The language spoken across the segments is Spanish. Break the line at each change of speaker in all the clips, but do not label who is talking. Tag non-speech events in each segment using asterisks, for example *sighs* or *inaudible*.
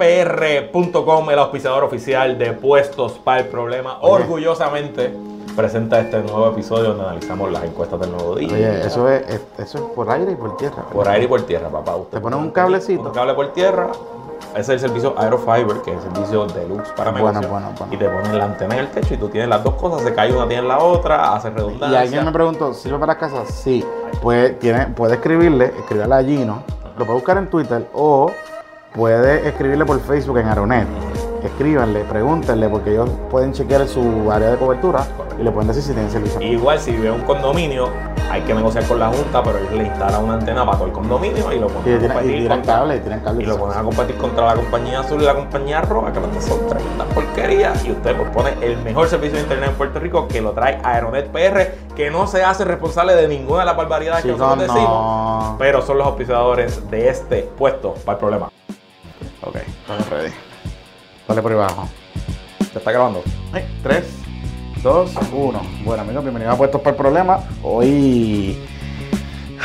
aeronetpr.com, el auspiciador oficial de Puestos para el Problema, orgullosamente presenta este nuevo episodio donde analizamos las encuestas del nuevo día.
Oye, eso es, es- eso es por aire y por tierra.
Por aire y por tierra, papá. Usted
Te ponen un cablecito.
Un cable por tierra. Ese es el servicio Aerofiber, que es el servicio deluxe para
Bueno,
negocios.
bueno, bueno.
Y te ponen la antena en el techo y tú tienes las dos cosas, se cae una, tienes la otra, haces
Y
redundancia.
alguien me preguntó, ¿sirve para casa? Sí. Pues tiene, puede escribirle, escribirle a Gino, lo puede buscar en Twitter o puede escribirle por Facebook en Aronet. Escríbanle, pregúntenle, porque ellos pueden chequear su área de cobertura y le pueden decir si tienen servicio.
Igual si vive un condominio, hay que negociar con la junta, pero ellos le instalan una antena para todo el condominio y lo
Y
ponen a
tienen, y
competir
tienen
contra,
cable, y tienen cable.
y lo ponen a competir contra la compañía azul y la compañía roja, que las dos son tremendas porquerías. Y usted pues pone el mejor servicio de internet en Puerto Rico que lo trae Aeronet PR, que no se hace responsable de ninguna de las barbaridades Ah, que
Chicos,
nosotros decimos,
no.
pero son los auspiciadores de este puesto para el problema.
Ok, estamos ready. Dale por ahí abajo.
¿Te está grabando?
3, 2, 1. Bueno, amigos, bienvenidos a Puestos para el Problema. Hoy *sighs*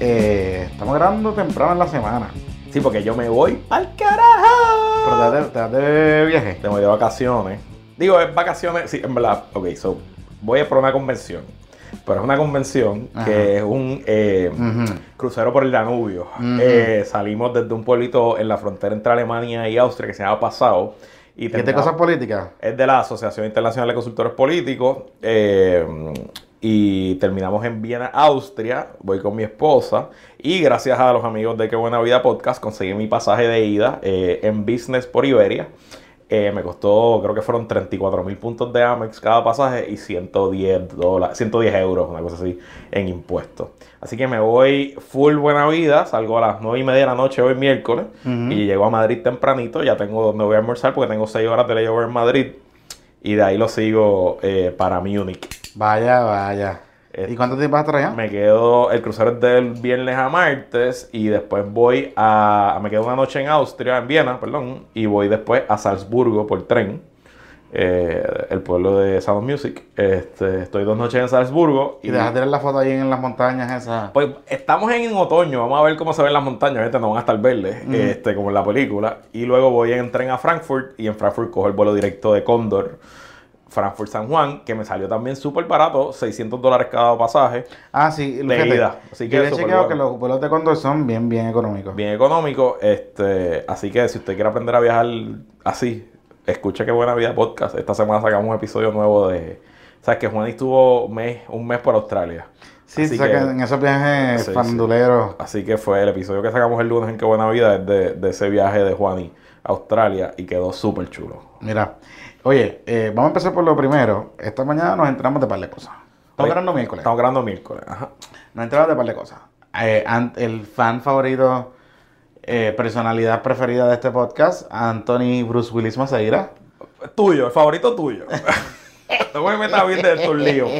eh, estamos grabando temprano en la semana.
Sí, porque yo me voy al carajo.
Pero te vas de, te vas de viaje.
Te voy de vacaciones. Digo, es vacaciones, sí, en verdad. Ok, so, voy a por una convención. Pero es una convención
Ajá.
que es un eh,
Ujú.
crucero por el Danubio.
Ujú.
Eh, salimos desde un pueblito en la frontera entre Alemania y Austria que se llama Passau. Y
¿Y de
terminamos-
cosas políticas?
es de la Asociación Internacional de Consultores Políticos. eh, y terminamos en Viena, Austria. Voy con mi esposa. Y gracias a los amigos de Qué Buena Vida Podcast conseguí mi pasaje de ida eh, en business por Iberia. Eh, me costó, creo que fueron 34 mil puntos de Amex cada pasaje y 110, dólares, 110 euros, una cosa así, en impuestos. Así que me voy full buena vida, salgo a las 9 y media de la noche hoy miércoles
Ujú.
y llego a Madrid tempranito, ya tengo donde voy a almorzar porque tengo 6 horas de layover en Madrid y de ahí lo sigo eh, para Múnich.
Vaya, vaya.
Eh,
¿Y cuánto tiempo vas a traer?
Me quedo, el crucero es del viernes a martes y después voy a, me quedo una noche en Austria, en Viena, perdón, y voy después a Salzburgo por tren, eh, el pueblo de Sound of Music. Este, estoy dos noches en Salzburgo
Y dejas de ver la foto ahí en las montañas esas.
Pues estamos en otoño, vamos a ver cómo se ven las montañas, gente, no van a estar verdes, este, como en la película. Y luego voy en tren a Frankfurt y en Frankfurt cojo el vuelo directo de Cóndor, Frankfurt-San Juan, que me salió también súper barato, 600 dólares cada pasaje,
Ah, sí,
De
fíjate,
ida, así que
yo había
súper
chequeado
bueno.
que los vuelos de Condor son bien, bien económicos.
bien económico. Este, así que si usted quiere aprender a viajar así, escucha Qué Buena Vida Podcast. Esta semana sacamos un episodio nuevo de... Sabes que Juan estuvo mes, un mes por Australia.
Sí,
Así
o sea que
que-
en esos viajes
Sí, sí.
fanduleros.
Así que fue el episodio que sacamos el lunes en Qué Buena Vida es de, de ese viaje de Juani a Australia y quedó súper chulo.
Mira, oye, eh, vamos a empezar por lo primero. Esta mañana nos entramos de par de cosas. Estamos
Hoy-
grabando miércoles.
Estamos grabando miércoles. Ajá.
Nos entramos de par de cosas. Eh, an- el fan favorito, eh, personalidad preferida de este podcast, Anthony Bruce Willis Maceira.
Tuyo, el favorito tuyo. no me metas bien de tus
*laughs*
líos.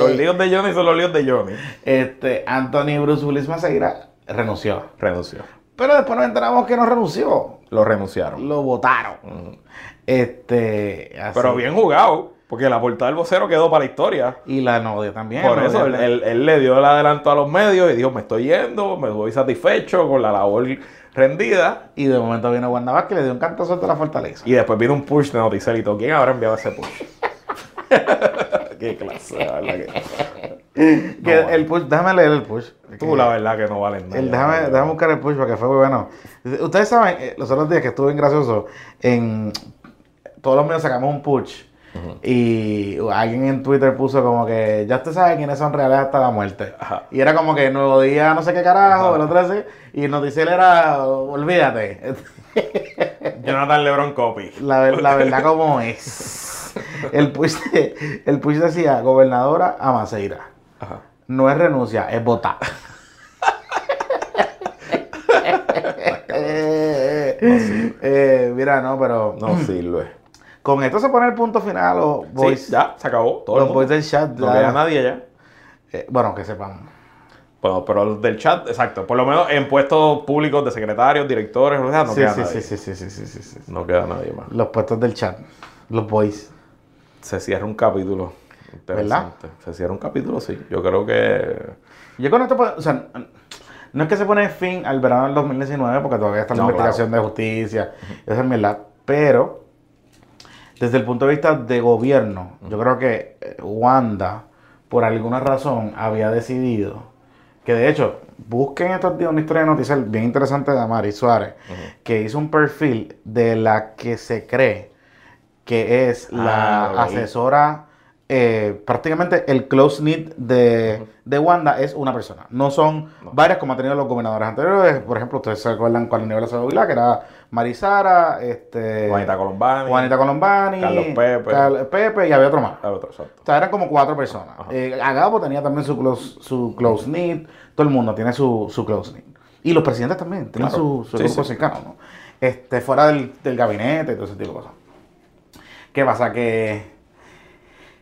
Los líos de Johnny son los líos de Johnny.
Este, Anthony Bruce Willis Maceira renunció.
Renunció.
Pero después nos enteramos que no renunció.
Lo renunciaron.
Lo votaron. Este, así.
Mm. Pero bien jugado, porque la portada del vocero quedó para la historia.
Y la novia también.
Por
la
eso él,
novia-
él- él le dio el adelanto a los medios y dijo, me estoy yendo, me voy satisfecho con la labor rendida.
Y de momento vino Wanda Vázquez y le dio un cantazo hasta la fortaleza.
Y después vino un push de Noticelito. ¿Quién habrá enviado ese push? *laughs* Qué clase, la verdad que.
Que
No, eh.
el push, déjame leer el push.
Tú, la verdad, que no valen nada.
El- déjame, déjame buscar el push porque fue muy bueno. Ustedes saben, eh, los otros días que estuve en Gracioso, en todos los medios sacamos un push. Y alguien en Twitter puso como que ya usted sabe quiénes son reales hasta la muerte.
Ajá.
Y era como que Nuevo Día, no sé qué carajo,
Ajá.
el otro así. Y el noticiero era, olvídate. *laughs*
Jonathan Lebron Copy.
La, ver- la verdad
*laughs*
como es. El push, de- el push decía, gobernadora Amaceira.
Ajá.
No es renuncia, es
*laughs*
votar. *laughs* Eh, eh, mira, no, pero
No sirve.
con esto se pone el punto final. Los boys,
Sí, ya, se acabó. Todo el
los
mundo.
boys del chat,
No
ya-
queda nadie ya.
eh, bueno, que sepan.
Bueno, pero los del chat, exacto. Por lo menos en puestos públicos de secretarios, directores, o sea, no
sí,
queda
sí,
nadie.
sí, sí, sí, sí, sí, sí, sí.
No queda nadie más.
Los puestos del chat, los boys.
Se cierra un capítulo. Interesante. Se cierra un capítulo, sí. Yo creo que.
Yo con esto, puedo- o pues, sea, No es que se pone fin al verano del 2019, porque todavía está la
No,
investigación de justicia, esa es verdad. Pero, desde el punto de vista de gobierno, yo creo que eh, Wanda, por alguna razón, había decidido que, de hecho, busquen estos días una historia de noticias bien interesante de Amari Suárez, que hizo un perfil de la que se cree que es la
Ah, ok.
asesora, eh, prácticamente el close knit de, de Wanda es una persona. No son varias como han tenido los gobernadores anteriores. Por ejemplo, ustedes se acuerdan cuando nivel de Vilá, que era Marisara, este,
Juanita Colombani.
Juanita Colombani,
Carlos Pepe.
Carl- Pepe y había otro más.
Ah, otro, exacto.
O sea, eran como cuatro personas.
Ajá.
Eh, Agapo tenía también su close, su close knit. Todo el mundo tiene su, su close knit. Y los presidentes también tienen
Claro.
su, su
Sí,
grupo
sí.
cercano, ¿no? Este, fuera del, del gabinete y todo ese tipo de cosas. ¿Qué pasa? Que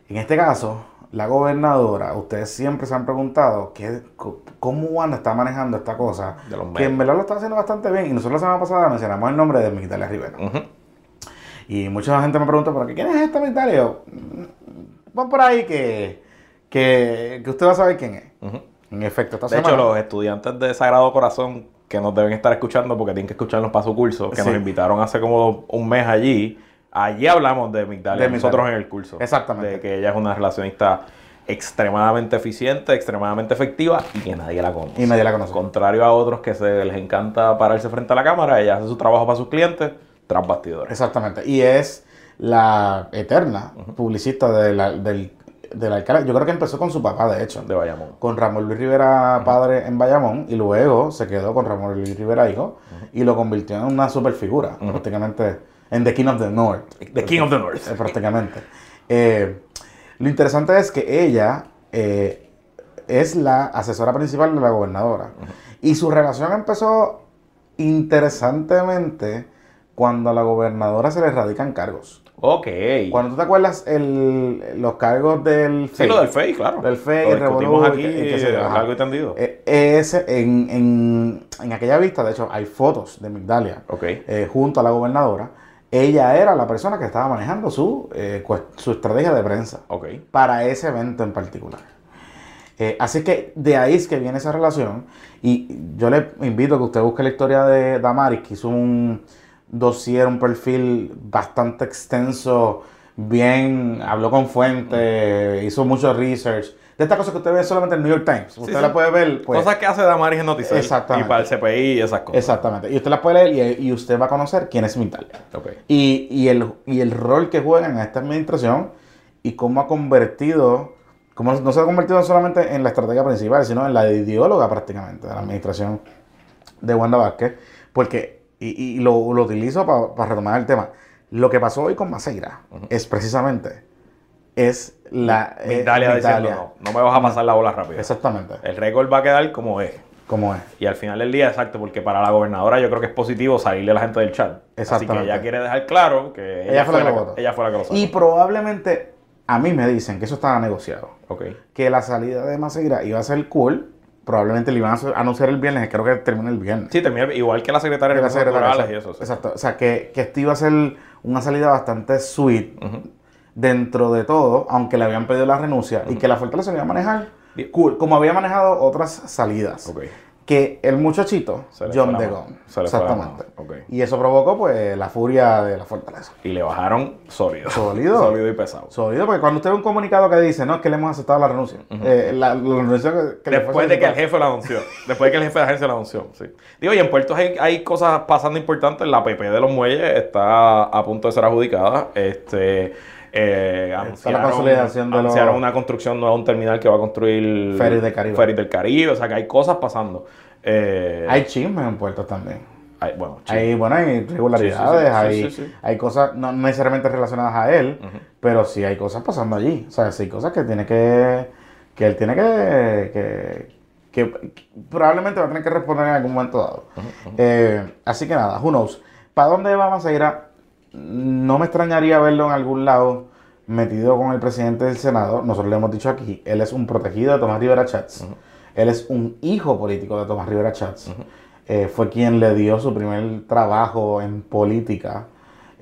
en este caso, la gobernadora, ustedes siempre se han preguntado qué, co- cómo Wanda está manejando esta cosa.
De los
Que en
medios.
verdad lo está haciendo bastante bien. Y nosotros la semana pasada mencionamos el nombre de Migdalia Rivera.
Ujú.
Y mucha gente me pregunta, ¿pero qué- quién es este Migdalia? Va "Mm, por ahí que, que, que usted va a saber quién es.
Ujú.
En efecto, esta
De
semana.
hecho, los estudiantes de Sagrado Corazón que nos deben estar escuchando porque tienen que escucharnos para su curso, que
Sí.
nos invitaron hace como un mes allí. Allí hablamos de Migdalia,
De
nosotros
Migdalia.
en el curso.
Exactamente.
De que ella es una relacionista extremadamente eficiente, extremadamente efectiva y que nadie la conoce.
Y nadie la conoce.
Contrario a otros que se les encanta pararse frente a la cámara, ella hace su trabajo para sus clientes tras bastidores.
Exactamente. Y es la eterna publicista de la, del, del alcalde. Yo creo que empezó con su papá, de hecho.
De Bayamón.
Con Ramón Luis Rivera padre en Bayamón. Y luego se quedó con Ramón Luis Rivera hijo. Y lo convirtió en una super figura. Prácticamente en The King of the North.
The King of the North.
Eh, *laughs* prácticamente. Eh, lo interesante es que ella eh, es la asesora principal de la gobernadora. Y su relación empezó interesantemente cuando a la gobernadora se le radican cargos.
Ok.
Cuando tú te acuerdas el- los cargos del
Sí, lo del FEI, claro.
Del FEI,
Lo
el
discutimos
revolú,
aquí,
el que se- ajá.
algo entendido.
Eh, ese, en, en- en aquella vista, de hecho, hay fotos de Migdalia
ok.
eh, junto a la gobernadora, ella era la persona que estaba manejando su, eh, cues- su estrategia de prensa
Ok.
para ese evento en particular. Eh, así que de ahí es que viene esa relación y yo le invito a que usted busque la historia de Damaris, que hizo un dossier, un perfil bastante extenso, bien, habló con fuentes, hizo mucho research. De estas cosas que usted ve solamente en el New York Times, usted
sí.
la puede ver. pues,
cosas que hace Damaris en Noticias.
Exactamente.
Y para el CPI y esas cosas.
Exactamente, y usted la puede leer y, y usted va a conocer quién es Mintalia.
Ok.
y, y el, y el rol que juegan en esta administración y cómo ha convertido, cómo no se ha convertido solamente en la estrategia principal, sino en la ideóloga prácticamente de la administración de Wanda Vázquez, porque, y, y lo, lo utilizo para retomar el tema, lo que pasó hoy con Maceira es precisamente, es la... es
Migdalia diciendo,
Migdalia.
no, no me vas a pasar la bola rápido.
Exactamente,
El récord va a quedar como es.
como es.
Y al final del día, exacto, porque para la gobernadora yo creo que es positivo salirle a la gente del chat. Así que
Exactamente.
ella quiere dejar claro que
Ella fue la que votó.
ella fue la que lo sacó.
Y probablemente a mí me dicen que eso estaba negociado.
Ok.
que la salida de Maceira iba a ser cool. Probablemente le iban a anunciar el viernes, creo que termina el viernes.
Sí, termina igual que la secretaria
Que
de
la
Recursos
secretaria,
Naturales y
exacto,
eso. sí.
Exacto. O sea, que, que esto iba a ser una salida bastante sweet
Ujú.
dentro de todo, aunque le habían pedido la renuncia y que la fortaleza lo iba a manejar
Bien.
cool, como había manejado otras salidas.
Ok.
Que el muchachito,
Se le fue
John
la
de
mano.
Gaulle,
Se le fue la
Exactamente.
mano, ok.
Y eso provocó pues la furia de la fortaleza.
Y le bajaron sólido.
Sólido.
sólido y pesado.
Sólido, porque cuando usted ve un comunicado que dice, no, es que le hemos aceptado la renuncia. Eh, la, la renuncia que, que le fue
Después de que el
solicitada.
jefe la anunció. Después de que el jefe de la agencia la anunció. Sí. Digo, y en Puerto hay, hay cosas pasando importantes. La PP de los muelles está a punto de ser adjudicada. Este. eh, anunciaron,
consolidación de los-
anunciaron una construcción nueva, un terminal que va a construir
Ferries del Caribe.
Ferries del Caribe. O sea que hay cosas pasando. Eh,
Hay chismes en puertos también.
hay- bueno, sí.
Hay, bueno, hay
Sí, sí,
irregularidades,
sí. Sí,
hay,
sí, sí.
hay cosas no necesariamente relacionadas a él, pero sí hay cosas pasando allí. O sea, sí hay cosas que tiene que. que él tiene que. que que probablemente va a tener que responder en algún momento dado. Eh, así que nada, who knows. ¿Para dónde va Maceira? No me extrañaría verlo en algún lado metido con el presidente del Senado. Nosotros le hemos dicho aquí, él es un protegido de Tomás Rivera Chats. Él es un hijo político de Tomás Rivera Chats. Eh, fue quien le dio su primer trabajo en política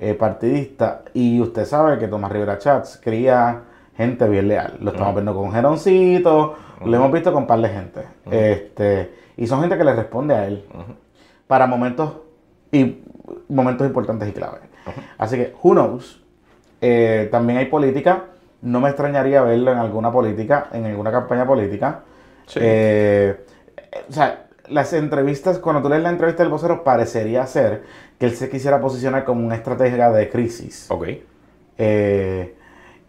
eh, partidista. Y usted sabe que Tomás Rivera Chats cría gente bien leal. Lo estamos viendo con Geroncito, lo hemos visto con un par de gente. Este, Y son gente que le responde a él para momentos, y, momentos importantes y clave. Así que, who knows. Eh, también hay política. No me extrañaría verlo en alguna política, en alguna campaña política.
Sí.
Eh, o sea, las entrevistas, cuando tú lees la entrevista del vocero, parecería ser que él se quisiera posicionar como una estratega de crisis.
Ok.
Eh,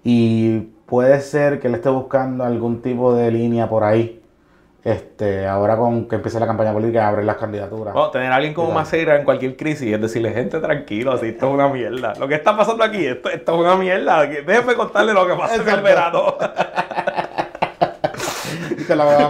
y puede ser que él esté buscando algún tipo de línea por ahí. Este, ahora con que empiece la campaña política, abrir las candidaturas.
Bueno, tener a alguien como
Claro.
Maceira en cualquier crisis es decirle, gente, tranquilo, así esto es una mierda. Lo que está pasando aquí, esto, esto es una mierda. que- Déjenme contarle lo que pasó en el
Exacto.
verano.
Y con la abogada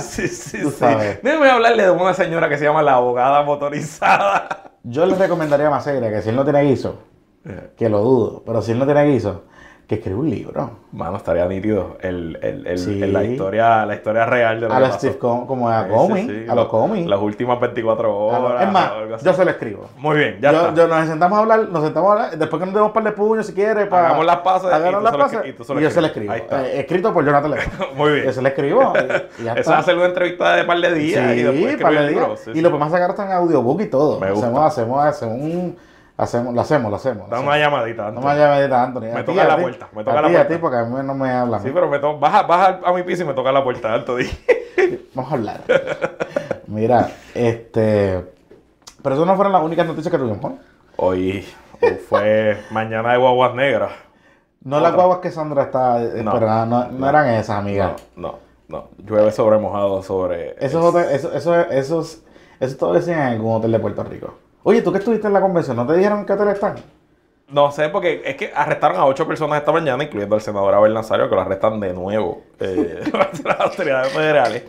*laughs* sí, sí, sí.
Ah, tú
sí.
sabes.
Déjenme hablarle de una señora que se llama la abogada motorizada. *laughs*
Yo le recomendaría a Maceira que si él no tiene guiso,
Eh.
que lo dudo, pero si él no tiene guiso, que escriba un libro.
Mano, estaría nítido el, el- el-
Sí.
el- la, historia, la historia real de lo
A
que
los
pasó.
Steve Com- como a
Sí,
Comey,
sí, sí.
a los Comey.
Las últimas 24
A los-
horas.
es
o algo
más,
así.
yo se lo escribo.
Muy bien, ya
Yo,
está.
yo nos sentamos a hablar, nos sentamos a hablar, después que nos demos un par de puños si quieres, para.
Hagamos las paces y tú
Hagamos
se
las
lo escri-
paces.
y tú se lo
y yo se lo
escribes.
escribo.
Ahí está.
Eh, escrito por Jonathan León.
*laughs* Muy bien.
Yo se lo escribo. Y,
*laughs*
y ya
Esa va
está.
a ser una entrevista de par de días. y después
sí,
escribir
par de
el libro.
días.
Sí,
Y
sí.
lo podemos sacar hasta en audiobook y todo.
Me gusta.
Hacemos, hacemos, hacemos un. Hacemos, lo hacemos, lo hacemos.
Da
Hacemos.
una llamadita antes.
No me llames a Anthony. A
Me
ti,
toca
a
la
ti.
puerta, me toca
a
la
ti,
puerta.
A ti, porque a mí no me hablan.
Sí, pero me to- baja, baja a mi piso y me toca la puerta alto. di. pues.
Vamos a hablar. *laughs* Mira, este. Pero eso no fueron las únicas noticias que tuvimos. ¿no?
Hoy fue mañana de guaguas negras.
No las
Otra.
guaguas que Sandra está esperando, no, no
No.
eran esas, amiga.
No, no, no. Llueve sobre mojado, sobre. eh,
Esos, hoteles- eso, eso, esos, eso todo decían en algún hotel de Puerto Rico. Oye, tú que estuviste en la convención, ¿no te dijeron en qué hotel están?
No sé, porque es que arrestaron a ocho personas esta mañana, incluyendo al senador Abel Nazario, que lo arrestan de nuevo eh, *laughs* las autoridades federales.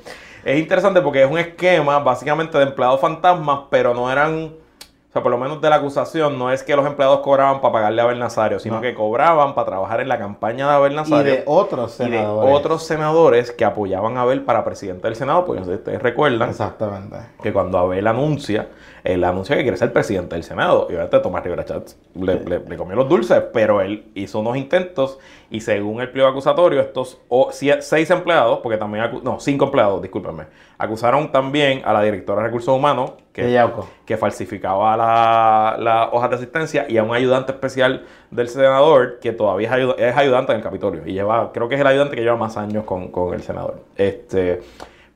Es interesante porque es un esquema básicamente de empleados fantasmas, pero no eran, o sea, por lo menos de la acusación, no es que los empleados cobraban para pagarle a Abel Nazario, sino
No.
que cobraban para trabajar en la campaña de Abel
Y
Nazario.
de otros
Ah, y de
senadores.
otros senadores que apoyaban a Abel para presidente del Senado, porque no sé si ustedes recuerdan
Exactamente.
que cuando Abel anuncia, él anuncia que quiere ser presidente del Senado. Y obviamente Tomás Rivera Chats le, le- le comió los dulces, pero él hizo unos intentos y según el pliego acusatorio, estos o- sie- seis empleados, porque también, acu- no, cinco empleados, discúlpenme, acusaron también a la directora de Recursos Humanos, que
De Yauco.
que falsificaba la- las hojas de asistencia y a un ayudante especial del senador que todavía es, ayuda- es ayudante en el Capitolio y lleva, creo que es el ayudante que lleva más años con, con el senador. Este,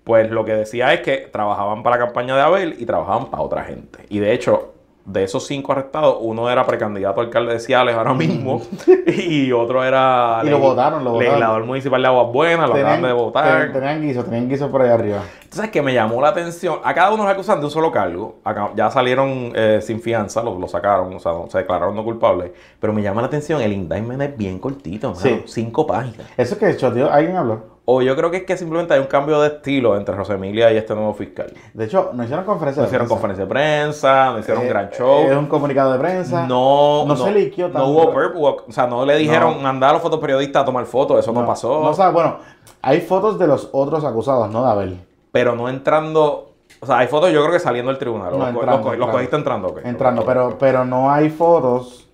pues lo que decía es que trabajaban para la campaña de Abel y trabajaban para otra gente. Y de hecho, de esos cinco arrestados, uno era precandidato a alcalde de Ciales ahora
*laughs*
mismo y otro era
Y lo
legis-
votaron, lo votaron.
legislador municipal de Aguas Buenas, lo acaban de votar.
ten- tenían guiso, tenían guiso por ahí arriba.
Entonces, que me llamó la atención. A cada uno los acusan de un solo cargo. Acá- ya salieron eh, sin fianza, lo, lo sacaron, o sea, no- se declararon no culpables. Pero me llama la atención, el indictment es bien cortito, mano,
Sí.
cinco páginas.
Eso que tío, alguien habló.
O yo creo que es que simplemente hay un cambio de estilo entre Rosemilia y este nuevo fiscal.
De hecho, no hicieron conferencia
No
de
hicieron
prensa.
conferencia de prensa, no hicieron un
Eh,
gran show.
Es un comunicado de prensa.
no,
no se liquió
No
tanto.
hubo perp walk. O sea, no le dijeron, mandar a los fotoperiodistas a tomar fotos, eso no, pasó.
No, sabe, bueno, hay fotos de los otros acusados, no de Abel.
pero no entrando. O sea, hay fotos yo creo que saliendo del tribunal.
No,
los, co- los
entrando,
co- los
entrando.
cogiste entrando, ok.
Entrando,
Ok, ok.
pero, pero no hay fotos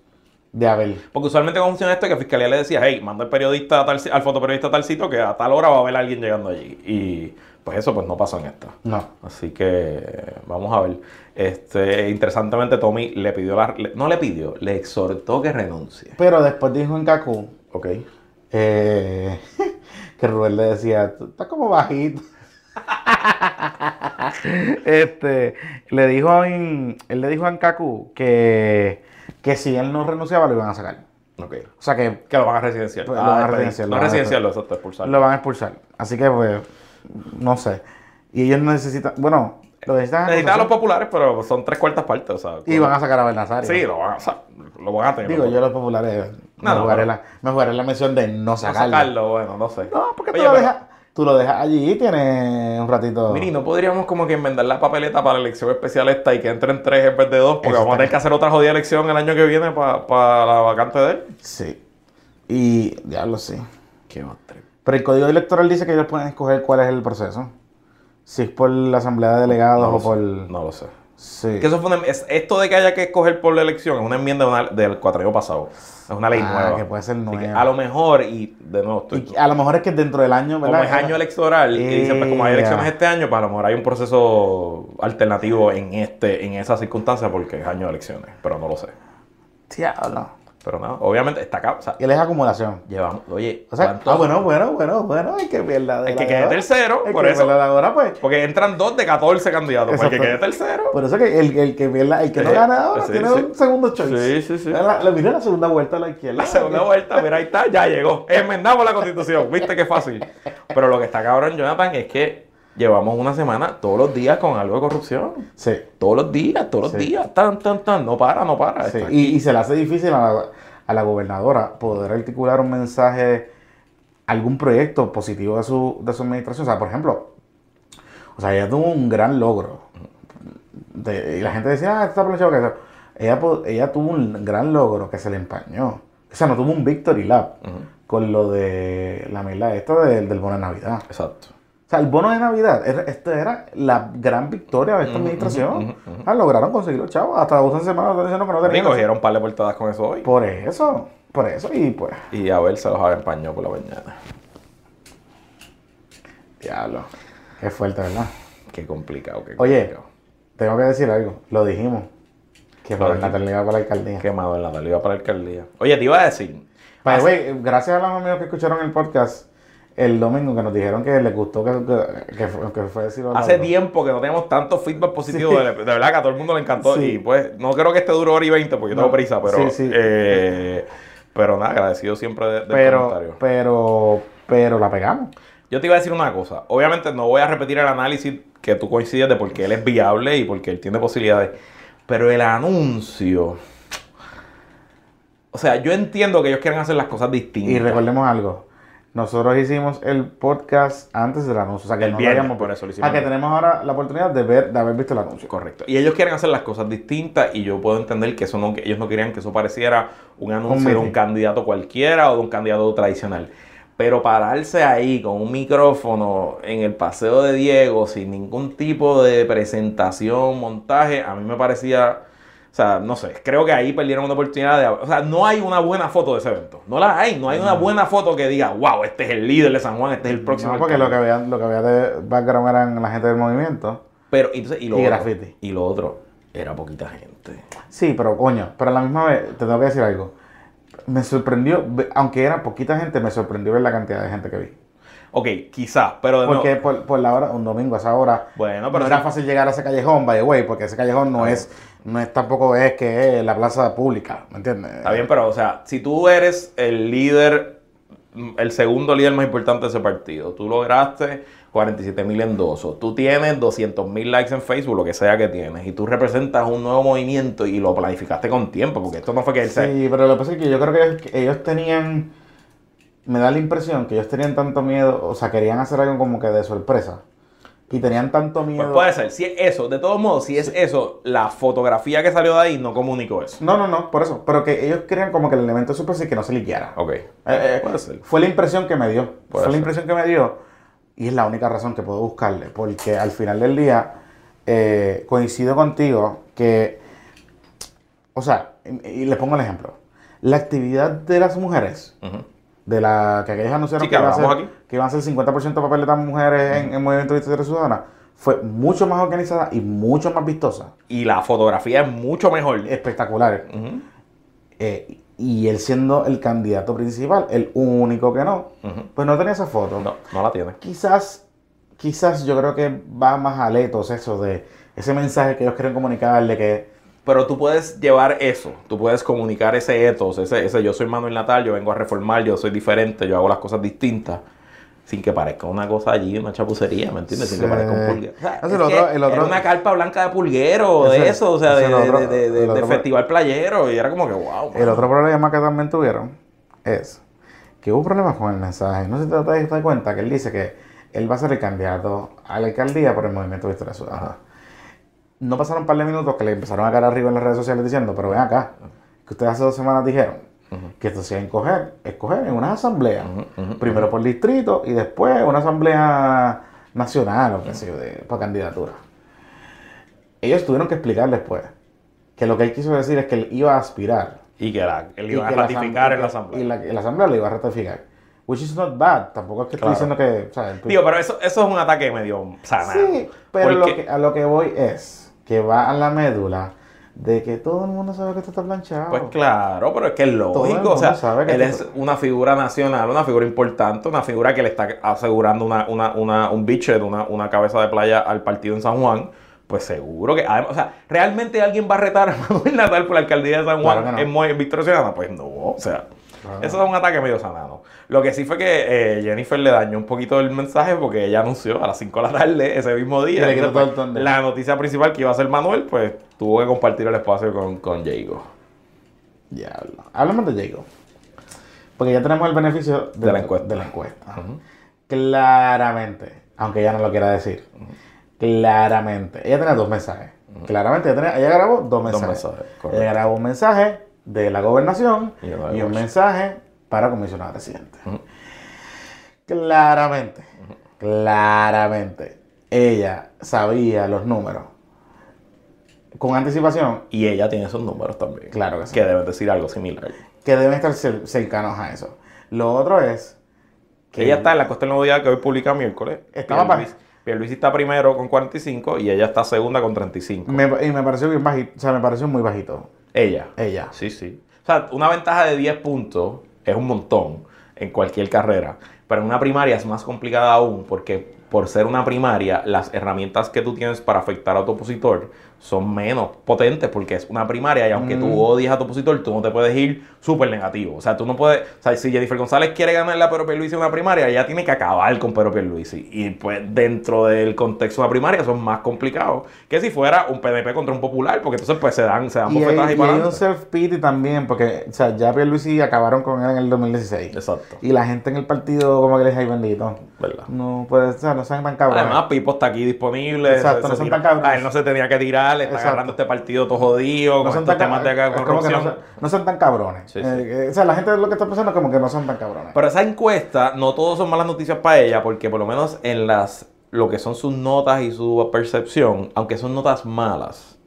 de Abel.
Porque usualmente cómo funciona esto es que la fiscalía le decía, hey, manda al periodista a tal, si- al fotoperiodista a tal sitio que a tal hora va a haber alguien llegando allí. Y pues eso pues no pasó en esta.
No.
Así que vamos a ver. Este, interesantemente, Tommy le pidió la, le- no le pidió, le exhortó que renuncie.
Pero después dijo en Cacú
Ok.
eh, *laughs* que Rubén le decía, "Tú estás como bajito. *laughs* este, le dijo en, él le dijo a Kaku que, que si él no renunciaba lo iban a sacar.
Ok.
O sea que
Que lo van a residenciar.
Pues, lo van a
despedir.
residenciar, lo
No
van a
residenciarlo, exacto, expulsarlo.
lo van a expulsar. Así que pues, no sé. Y ellos necesitan, bueno, lo necesitan.
Necesitan a los
acusación
populares, pero son tres cuartas partes. O sea,
y van a sacar a Bernazario.
Sí, lo van a, o sea, lo van a tener.
Digo, yo a los populares eh,
No,
me,
no,
jugaré
pero-
la, me jugaré la mención de no
No
sacarlo.
sacarlo, bueno, no sé.
No, porque
Oye,
tú, lo
pero-
dejas, tú lo dejas allí y tienes un ratito.
Mira, y no podríamos como que enmendar la papeleta para la elección especial esta y que entren tres en vez de dos, porque
Eso
vamos a
está
tener que hacer otra jodida elección el año que viene para la vacante de él.
Sí. Y diablo, sí.
Qué
Pero el código electoral dice que ellos pueden escoger cuál es el proceso. Si es por la asamblea de delegados
No lo
o por.
sé. No lo sé.
O Sí.
Que eso fue una- es- esto de que haya que escoger por la elección es una enmienda de una- del cuatreo pasado. Es una ley
Ah,
nueva.
que puede ser
Así que
nueva.
a lo mejor, y de nuevo, estoy,
Y que a lo mejor es que dentro del año,
como
¿verdad?
es año electoral, y dicen, pues como hay elecciones
Yeah.
este año, pues a lo mejor hay un proceso alternativo en este, en esa circunstancia, porque es año de elecciones, pero no lo sé.
Diablo.
Pero nada, obviamente está acá. O sea,
Y él es acumulación.
llevamos, oye,
O sea,
¿cuántos-
ah, bueno, bueno, bueno, bueno. Hay que verdad.
El que quede tercero, por eso.
ahora, pues.
Porque entran dos de 14 candidatos, pues el que
Exacto.
quede tercero.
Por eso que el, el que pierda, el que no
Sí,
gana ahora
Eh, sí,
tiene
sí.
un segundo
Sí,
choice.
sí, sí.
La, la- mira la segunda vuelta a la izquierda.
La segunda vuelta, mira, ahí está, ya llegó. Enmendamos la constitución, viste qué fácil. Pero lo que está cabrón, Jonathan, es que llevamos una semana todos los días con algo de corrupción.
Sí.
Todos los días, todos los
Sí.
días, tan, tan, tan, no para, no para.
Sí,
Está aquí.
y, y se le hace difícil a la, a la gobernadora poder articular un mensaje, algún proyecto positivo de su, de su administración. O sea, por ejemplo, o sea, ella tuvo un gran logro. De- y la gente decía, ah, está planchado que eso". Ella, po- ella tuvo un gran logro que se le empañó. O sea, no tuvo un victory lap
Ujú,
con lo de la mierda esta del, del bono de Navidad.
Exacto.
O sea, el bono de Navidad, era- esto era la gran victoria de esta
Ujú,
administración.
ujú, ujú, ujú.
Ah, lograron conseguir los chavos. Hasta dos semanas están diciendo que no
Y
tenían.
cogieron un par de portadas con eso hoy.
Por eso, por eso, y pues,
Y a ver, se los había empañado por la mañana.
diablo. Qué fuerte, ¿verdad?
Qué complicado, qué
Oye,
complicado.
tengo que decir algo, lo dijimos. Que
Lo
para
dijimos.
Natal iba para la alcaldía.
Quemado en la tarde, iba para la alcaldía. Oye, te iba a decir.
By the way, gracias a los amigos que escucharon el podcast el domingo que nos dijeron que les gustó que, que, que fue, que fue decirlo.
Hace
largo.
tiempo que no tenemos tanto feedback positivo.
Sí.
De, de verdad que a todo el mundo le encantó.
Sí.
Y pues, no creo que este dure hora y 20 porque yo
No.
tengo prisa, pero.
Sí, sí.
eh, pero nada, agradecido siempre de- del
Pero,
comentario.
pero, pero la pegamos.
Yo te iba a decir una cosa. Obviamente no voy a repetir el análisis que tú coincides de por qué él es viable y por qué él tiene posibilidades. Pero el anuncio. O sea, yo entiendo que ellos quieren hacer las cosas distintas.
Y recordemos algo. Nosotros hicimos el podcast antes del anuncio. O sea, que
El
no
viernes,
lo habíamos
por eso lo hicimos.
Ah, que tenemos ahora la oportunidad de ver, de haber visto el anuncio.
Correcto. Y ellos quieren hacer las cosas distintas y yo puedo entender que eso no, que ellos no querían que eso pareciera un anuncio de un
meeting.
candidato cualquiera o de un candidato tradicional. Pero pararse ahí con un micrófono en el paseo de Diego sin ningún tipo de presentación, montaje, a mí me parecía... O sea, no sé, creo que ahí perdieron una oportunidad de... O sea, no hay una buena foto de ese evento. No la hay, no hay una buena foto que diga, wow, este es el líder de San Juan, este es el próximo.
No, porque
alcalde".
lo que había, lo que había de background eran la gente del movimiento.
Pero, entonces, y lo
Y
otro,
graffiti.
Y lo otro, era poquita gente.
Sí, pero coño, pero a la misma vez te tengo que decir algo. Me sorprendió, ve- aunque era poquita gente, me sorprendió ver la cantidad de gente que vi.
Ok, quizás, pero de
Porque
nuevo-
por, por la hora, un domingo a esa hora,
Bueno, pero
no era
sí.
fácil llegar a ese callejón, by the way, porque ese callejón no
Ah.
es, no es tampoco es que es la plaza pública, ¿me entiendes?
Está bien, pero o sea, si tú eres el líder, mm, el segundo líder más importante de ese partido, tú lograste 47 mil endosos, tú tienes 200 mil likes en Facebook, lo que sea que tienes, y tú representas un nuevo movimiento y lo planificaste con tiempo, porque esto no fue que él se...
Sí, pero lo que pasa es que yo creo que ellos, que ellos tenían, me da la impresión que ellos tenían tanto miedo, o sea, querían hacer algo como que de sorpresa. Y tenían tanto
Pues
miedo.
puede ser, si es eso, de todos modos, si es eso, la fotografía que salió de ahí no comunicó eso.
No, no, no, por eso. Pero que ellos querían como que el elemento de sorpresa y que no se liquiera.
Ok.
Eh, eh,
Puede ser.
Fue la impresión que me dio.
Puede
fue la
ser.
impresión que me dio. Y es la única razón que puedo buscarle. Porque al final del día eh, coincido contigo que. O sea, y, y les pongo el ejemplo. La actividad de las mujeres,
Ujú.
de la que ellas anunciaron
Sí, que
que, iba a ser,
hablamos aquí.
que iban a ser 50% papeletas mujeres en, en Movimiento de Victoria Ciudadana, fue mucho más organizada y mucho más vistosa.
Y la fotografía es mucho mejor.
Eh. Espectaculares.
Ujú,
Eh, y él siendo el candidato principal, el único que no,
ujú.
pues no tenía esa foto.
No, no la tiene.
Quizás, quizás yo creo que va más a letos eso de ese mensaje que ellos quieren comunicarle que
Pero tú puedes llevar eso, tú puedes comunicar ese ethos, ese, ese yo soy Manuel Natal, yo vengo a reformar, yo soy diferente, yo hago las cosas distintas, sin que parezca una cosa allí, una chapucería, ¿me entiendes? Sin que
Sí.
parezca un pulguero. O sea,
Ese
es
el otro-
que
el otro-
Era una carpa blanca de pulguero,
Ese-
de eso, o sea,
ese
de,
el otro-
de- de- de-
el
de
otro-
festival playero, y era como que, wow.
el otro problema que también tuvieron es que hubo problemas con el mensaje. No sé si te das te das cuenta que él dice que él va a ser el candidato a la alcaldía por el Movimiento de Victoria Ciudadana. No pasaron un par de minutos que le empezaron a caer arriba en las redes sociales diciendo, pero ven acá, que ustedes hace dos semanas dijeron que esto se iba a encoger- escoger en unas asambleas. Primero por distrito y después una asamblea nacional o qué sé yo, de- para candidatura. Ellos tuvieron que explicar después que lo que él quiso decir es que él iba a aspirar.
Y que la, él iba
y
a
que la
ratificar
asam-
en la asamblea.
Y la, y la asamblea lo iba a ratificar. Which is not bad. Tampoco es que
Claro.
estoy diciendo que. o sea, el-
Digo, pero eso, eso es un ataque medio sanado.
Sí, pero lo
Porque-
que- a lo que voy es que va a la médula de que todo el mundo sabe que esto está planchado.
Pues claro, pero es que es
el
lógico.
mundo
O sea,
sabe que
él
tú-
es una figura nacional, una figura importante, una figura que le está asegurando una, una, una, un de una, una cabeza de playa al partido en San Juan. Pues seguro que, además, o sea, ¿realmente alguien va a retar a *laughs* Manuel Natal por la alcaldía de San Juan
Claro que no.
en, Mo- en Victoria Ciudadana? Pues no, o sea,
Claro.
eso es un ataque medio sanado. Lo que sí fue que eh, Jennifer le dañó un poquito el mensaje porque ella anunció a las 5 de la tarde ese mismo día.
Y le quitó
Entonces,
todo el
pues,
thunder.
la noticia principal que iba a ser Manuel, pues tuvo que compartir el espacio con, con Jago.
Diablo. Hablemos de Jacob. Porque ya tenemos el beneficio
De la encuesta.
de la encuesta. Claramente, aunque ella no lo quiera decir. Claramente. Ella tenía dos mensajes. Claramente, ella, tenía- ella grabó dos mensajes.
mensajes, correcto.
ella grabó un mensaje de la gobernación
Y
y,
uno de
un
Washington.
mensaje para comisionado residente. Claramente. Claramente. Ella sabía los números. Con anticipación,
Y ella tiene esos números también.
Claro que sí.
Que deben decir algo similar.
que deben estar cer- cercanos a eso. Lo otro es
Que ella está en la Costa del Nuevo Día que hoy publica miércoles.
Estaba
Pierluisi,
pa-
Pierluisi está primero con 45 y ella está segunda con 35.
me- y me pareció bien bajito, o sea, me pareció muy bajito
Ella.
ella.
Sí, sí. O sea, una ventaja de 10 puntos es un montón en cualquier carrera. Pero en una primaria es más complicada aún porque por ser una primaria, las herramientas que tú tienes para afectar a tu opositor son menos potentes porque es una primaria y aunque tú odies a tu opositor, tú no te puedes ir súper negativo. O sea, tú no puedes... O sea, si Jennifer González quiere ganar la Pedro Pierluisi en una primaria, ella tiene que acabar con Pedro Pierluisi. Y pues dentro del contexto de una primaria eso es más complicado que si fuera un PNP contra un popular porque entonces pues se dan, se dan
Y hay,
bofetadas y
y hay
pa'lante.
un self-pity también, porque o sea, ya Pierluisi acabaron con él en el 2016.
Exacto.
Y la gente en el partido como que les ay bendito.
¿Verdad?
No, pues, o sea, no sean tan cabrones.
Además, Pipo está aquí disponible.
Exacto, no son
tiró-
tan cabrones.
A él no se tenía que tirar, le está
Exacto.
agarrando este partido todo jodido,
no
con
son
estos
tan
temas de acá
ca-
con
es como que no,
corrupción.
son- no son tan cabrones.
Sí, sí.
Eh, eh, o sea, la gente lo que está pensando como que no son tan cabrones.
Pero esa encuesta, no todos son malas noticias para ella, porque por lo menos en las lo que son sus notas y su percepción, aunque son notas malas,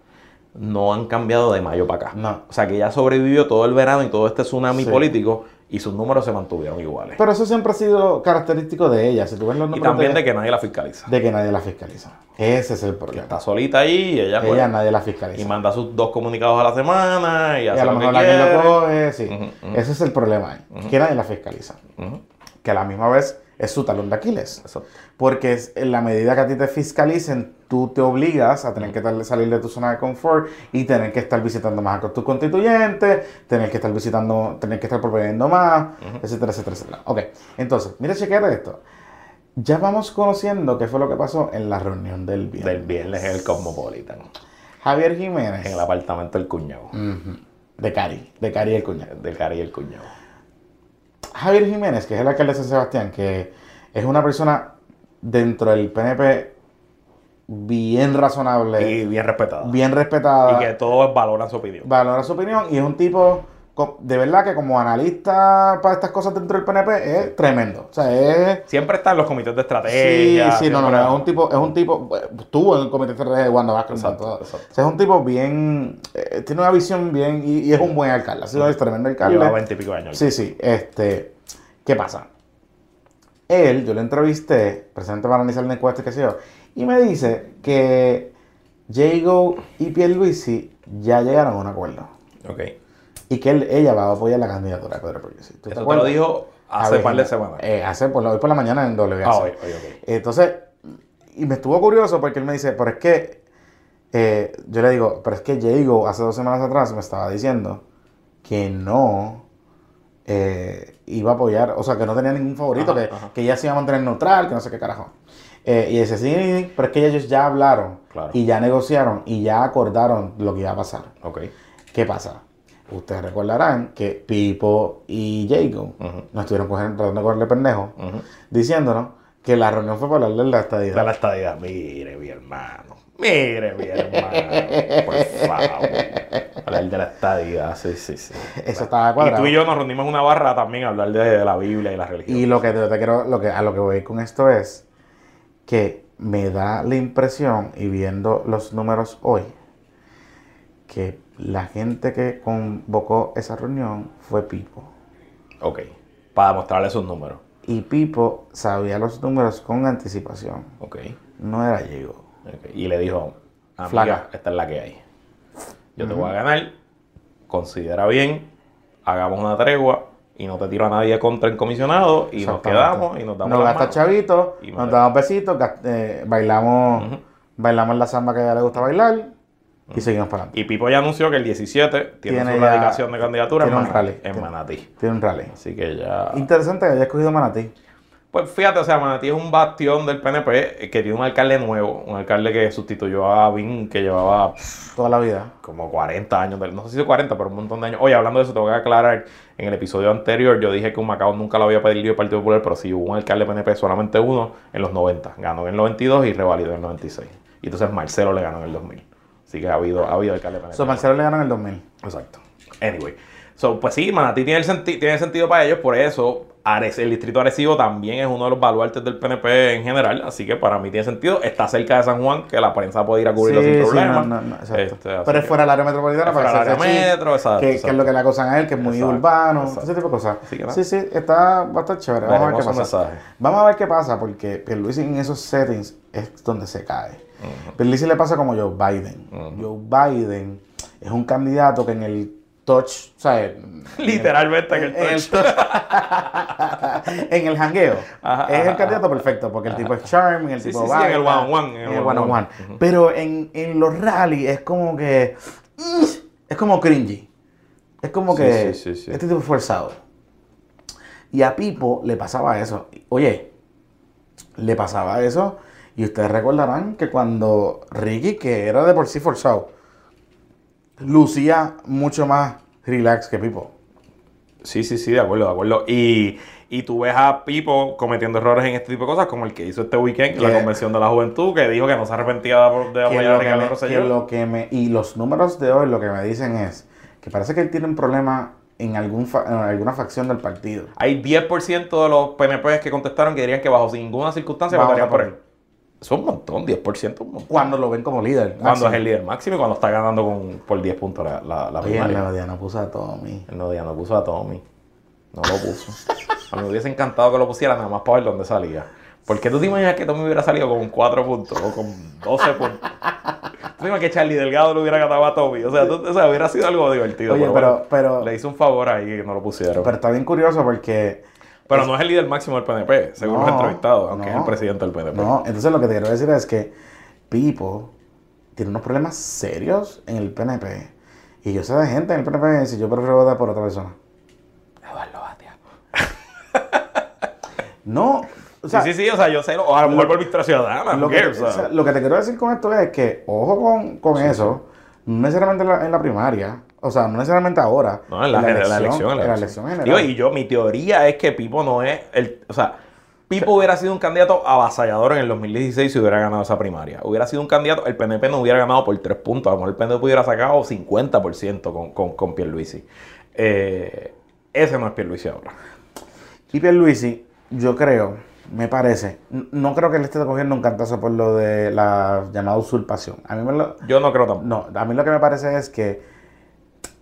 no han cambiado de mayo para acá.
No.
O sea que ella sobrevivió todo el verano y todo este tsunami
Sí.
político y sus números se mantuvieron iguales.
Pero eso siempre ha sido característico de ella. Si tú ves los
y
números
también
de,
de que nadie la fiscaliza.
de que nadie la fiscaliza. Ese es el problema.
Está solita ahí y ella, pues,
Ella nadie la
y
fiscaliza.
manda sus dos comunicados a la semana y
Y
hace
a lo
lo que
mejor alguien
quiere.
lo coge, sí.
Ujú,
Ese es el problema ahí, que nadie la fiscaliza.
Ujú,
Que a la misma vez es su talón de Aquiles.
exacto.
Porque es, en la medida que a ti te fiscalicen, tú te obligas a tener que tal- salir de tu zona de confort y tener que estar visitando más a tus constituyentes, tener que estar visitando, tener que estar proveyendo más, etcétera, etcétera, etcétera. Ok, entonces, mira, chequear esto. Ya vamos conociendo qué fue lo que pasó en la reunión del viernes.
Del viernes en el Cosmopolitan,
Javier Jiménez.
en el apartamento del cuñado,
Ujú. De Cari, de Cari el cuñado.
del Gary y el cuñado.
Javier Jiménez, que es el alcalde de San Sebastián, que es una persona dentro del PNP bien razonable,
Y bien respetada.
bien
Y
respetada,
que todos valoran su opinión.
valora su opinión y es un tipo co- de verdad que como analista para estas cosas dentro del PNP es tremendo. O sea, es
Siempre está en los comités de
Sí,
estrategia.
sí, no, no,
siempre-
no, es un tipo, es un tipo, eh, estuvo en el comité de estrategia de Wanda Vázquez.
Exacto,
todo.
exacto.
O sea, es un tipo bien, eh, tiene una visión bien y, y es un buen alcalde, ha sido un tremendo alcalde.
Lleva 20 y pico de años.
Sí, sí. Este, ¿qué pasa? Él, yo lo entrevisté, presente para analizar la encuesta, qué sé yo, y me dice que Jago y Pierluisi ya llegaron a un acuerdo.
Ok.
Y que él, ella va a apoyar la candidatura de Pedro Pierluisi. ¿Tú
Eso
te
te lo
acuerdas?
dijo hace
Javier
par de
Jiménez.
semanas.
Eh, hace, por la- hoy por la mañana en WAC.
ah, hoy, hoy, ok.
Entonces, y me estuvo curioso porque él me dice, pero es que, eh, yo le digo, pero es que Jago hace dos semanas atrás me estaba diciendo que no eh, iba a apoyar, o sea, que no tenía ningún favorito,
Ajá,
que,
ajá.
que ella se iba a mantener neutral, que no sé qué carajo. Eh, y dice, sí, pero es que ellos ya hablaron,
Claro.
y ya negociaron, y ya acordaron lo que iba a pasar.
Ok.
¿Qué pasa? Ustedes recordarán que Pipo y Jago
Ujú.
nos estuvieron cogiendo, tratando de cogerle pendejo
Ujú.
diciéndonos que la reunión fue para hablar de la
Da
estadía.
la estadía. Mire, mi hermano. Mire, mi hermano. Por favor. Hablar de la estadía. Sí, sí, sí.
Eso estaba
Y
cuadrado.
tú y yo nos reunimos en una barra también a hablar de, de la Biblia y la religión.
Y lo que yo te quiero, lo que, a lo que voy con esto es que me da la impresión, y viendo los números hoy, que la gente que convocó esa reunión fue Pipo.
Ok. Para mostrarle sus números.
Y Pipo sabía los números con anticipación.
Ok.
No era Diego.
ok. Y le dijo, amiga,
Flaca.
esta es la que hay. Yo te voy a ganar, considera bien, hagamos una tregua y no te tiro a nadie contra el comisionado y nos quedamos y nos damos
Nos
las
gasta
manos".
chavito,
Y
nos
madre.
damos besitos, gas- eh, bailamos,
Ujú.
bailamos la samba que a ella le gusta bailar y seguimos para adelante.
Y Pipo ya anunció que el 17 tiene,
Tiene
su
ya-
radicación de candidatura en,
tiene un
Mana-
rally.
en
Tiene-
Manatí.
Tiene un rally.
Así que ya...
Interesante que haya escogido Manatí.
Pues fíjate, o sea, Manatí es un bastión del PNP eh, que tiene un alcalde nuevo, un alcalde que sustituyó a Bin, que llevaba pff,
Toda la vida.
como 40 años, del- no sé si 40, pero un montón de años. Oye, hablando de eso, tengo que aclarar, en el episodio anterior yo dije que un Macao nunca lo había pedido el Partido Popular, pero sí hubo un alcalde PNP, solamente uno, en los 90. Ganó en el 92 y revalidó en el 96. Y entonces Marcelo le ganó en el 2000. Así que ha habido, ha habido alcalde PNP.
So, Marcelo le ganó en el 2000.
Exacto. Anyway. So, pues sí, Manatí tiene, el senti- tiene sentido para ellos, por eso Ares- el distrito Arecibo también es uno de los baluartes del PNP en general, así que para mí tiene sentido. Está cerca de San Juan, que la prensa puede ir a cubrirlo sin problema.
no, no, no, exacto.
Este, así
Pero es
que-
fuera del área metropolitana
Es fuera
para
del
hacer
área
ese chip,
metro, exacto,
que, que
exacto.
es lo que le acosan a él, que es muy
Exacto,
urbano,
exacto.
ese tipo de cosas.
Así que nada.
sí, sí, está, va a estar chévere. Vamos a ver
Veremos
qué pasa.
su mensaje.
Vamos a ver qué pasa, porque Pierluisi en esos settings es donde se cae. Pierluisi le pasa como Joe Biden. Joe Biden es un candidato que en el touch, o sea, en-
*laughs* Literalmente en el
en el,
touch.
*laughs* en el jangueo.
Ajá,
es el
ajá,
candidato perfecto porque el tipo es charming, el
Sí,
tipo
sí, sí,
baila,
en el one-on-one,
en el one on one. Pero en, en los rally es como que. mm, Es como cringy. Es como
Sí, sí,
que.
sí, sí.
Este tipo es forzado. Y a Pipo le pasaba eso. Oye, le pasaba eso. Y ustedes recordarán que cuando Ricky, que era de por sí forzado, lucía mucho más relax que Pipo.
Sí, sí, sí, de acuerdo, de acuerdo. Y, y tú ves a Pipo cometiendo errores en este tipo de cosas, como el que hizo este weekend, en la
Que-
convención de la juventud, que dijo que no se arrepentía de, de
que
apoyar
lo
a
que
Ricardo
me-
Rosselló.
que lo que me- y los números de hoy lo que me dicen es que parece que él tiene un problema en, algún fa- en alguna facción del partido.
Hay 10% de los PNP que contestaron que dirían que bajo ninguna circunstancia
Vamos
votarían
a
por
por
él. Eso es un montón, 10% es un montón.
Cuando lo ven como líder.
Cuando
máximo.
es el líder máximo y cuando está ganando con, por 10 puntos la, la, la
Oye,
primaria.
la Diana puso a Tommy.
El no, no puso a Tommy. No lo puso. a mí me hubiese encantado que lo pusiera nada más para ver dónde salía. Porque tú te imaginas que Tommy hubiera salido con 4 puntos o con 12 puntos. Tú te imaginas que Charlie Delgado le hubiera ganado a Tommy. O sea, tú- o sea, hubiera sido algo divertido.
Oye,
bueno,
pero, pero,
le hizo un favor ahí que no lo pusieron.
pero está bien curioso porque.
Pero no es el líder máximo del PNP, según
No,
los entrevistados, aunque es
no.
el presidente del PNP.
No, entonces lo que te quiero decir es que Pipo tiene unos problemas serios en el PNP. Y yo sé de gente en el PNP que dice: Yo prefiero votar por otra persona.
Eduardo Batia.
No. O sea,
sí, sí, sí, o sea, yo sé, o a lo mejor por Victoria Ciudadana,
lo
lo
que, te, o sea, lo que te quiero decir con esto es que, ojo con, con eso, no necesariamente en la, en la primaria, o sea, no necesariamente ahora,
No, en la, en la elección, en la elección.
elección general.
Digo, y yo, mi teoría es que Pipo no es el. O sea, Pipo hubiera sido un candidato avasallador en el 2016 si hubiera ganado esa primaria. Hubiera sido un candidato, el PNP no hubiera ganado por tres puntos. A lo mejor el PNP hubiera sacado 50% con, con, con Pierluisi. Eh, ese no es Pierluisi ahora.
Y Pierluisi, yo creo, me parece, n- no creo que le esté cogiendo un cantazo por lo de la llamada usurpación. A mí me lo,
Yo no creo tampoco.
no, a mí lo que me parece es que,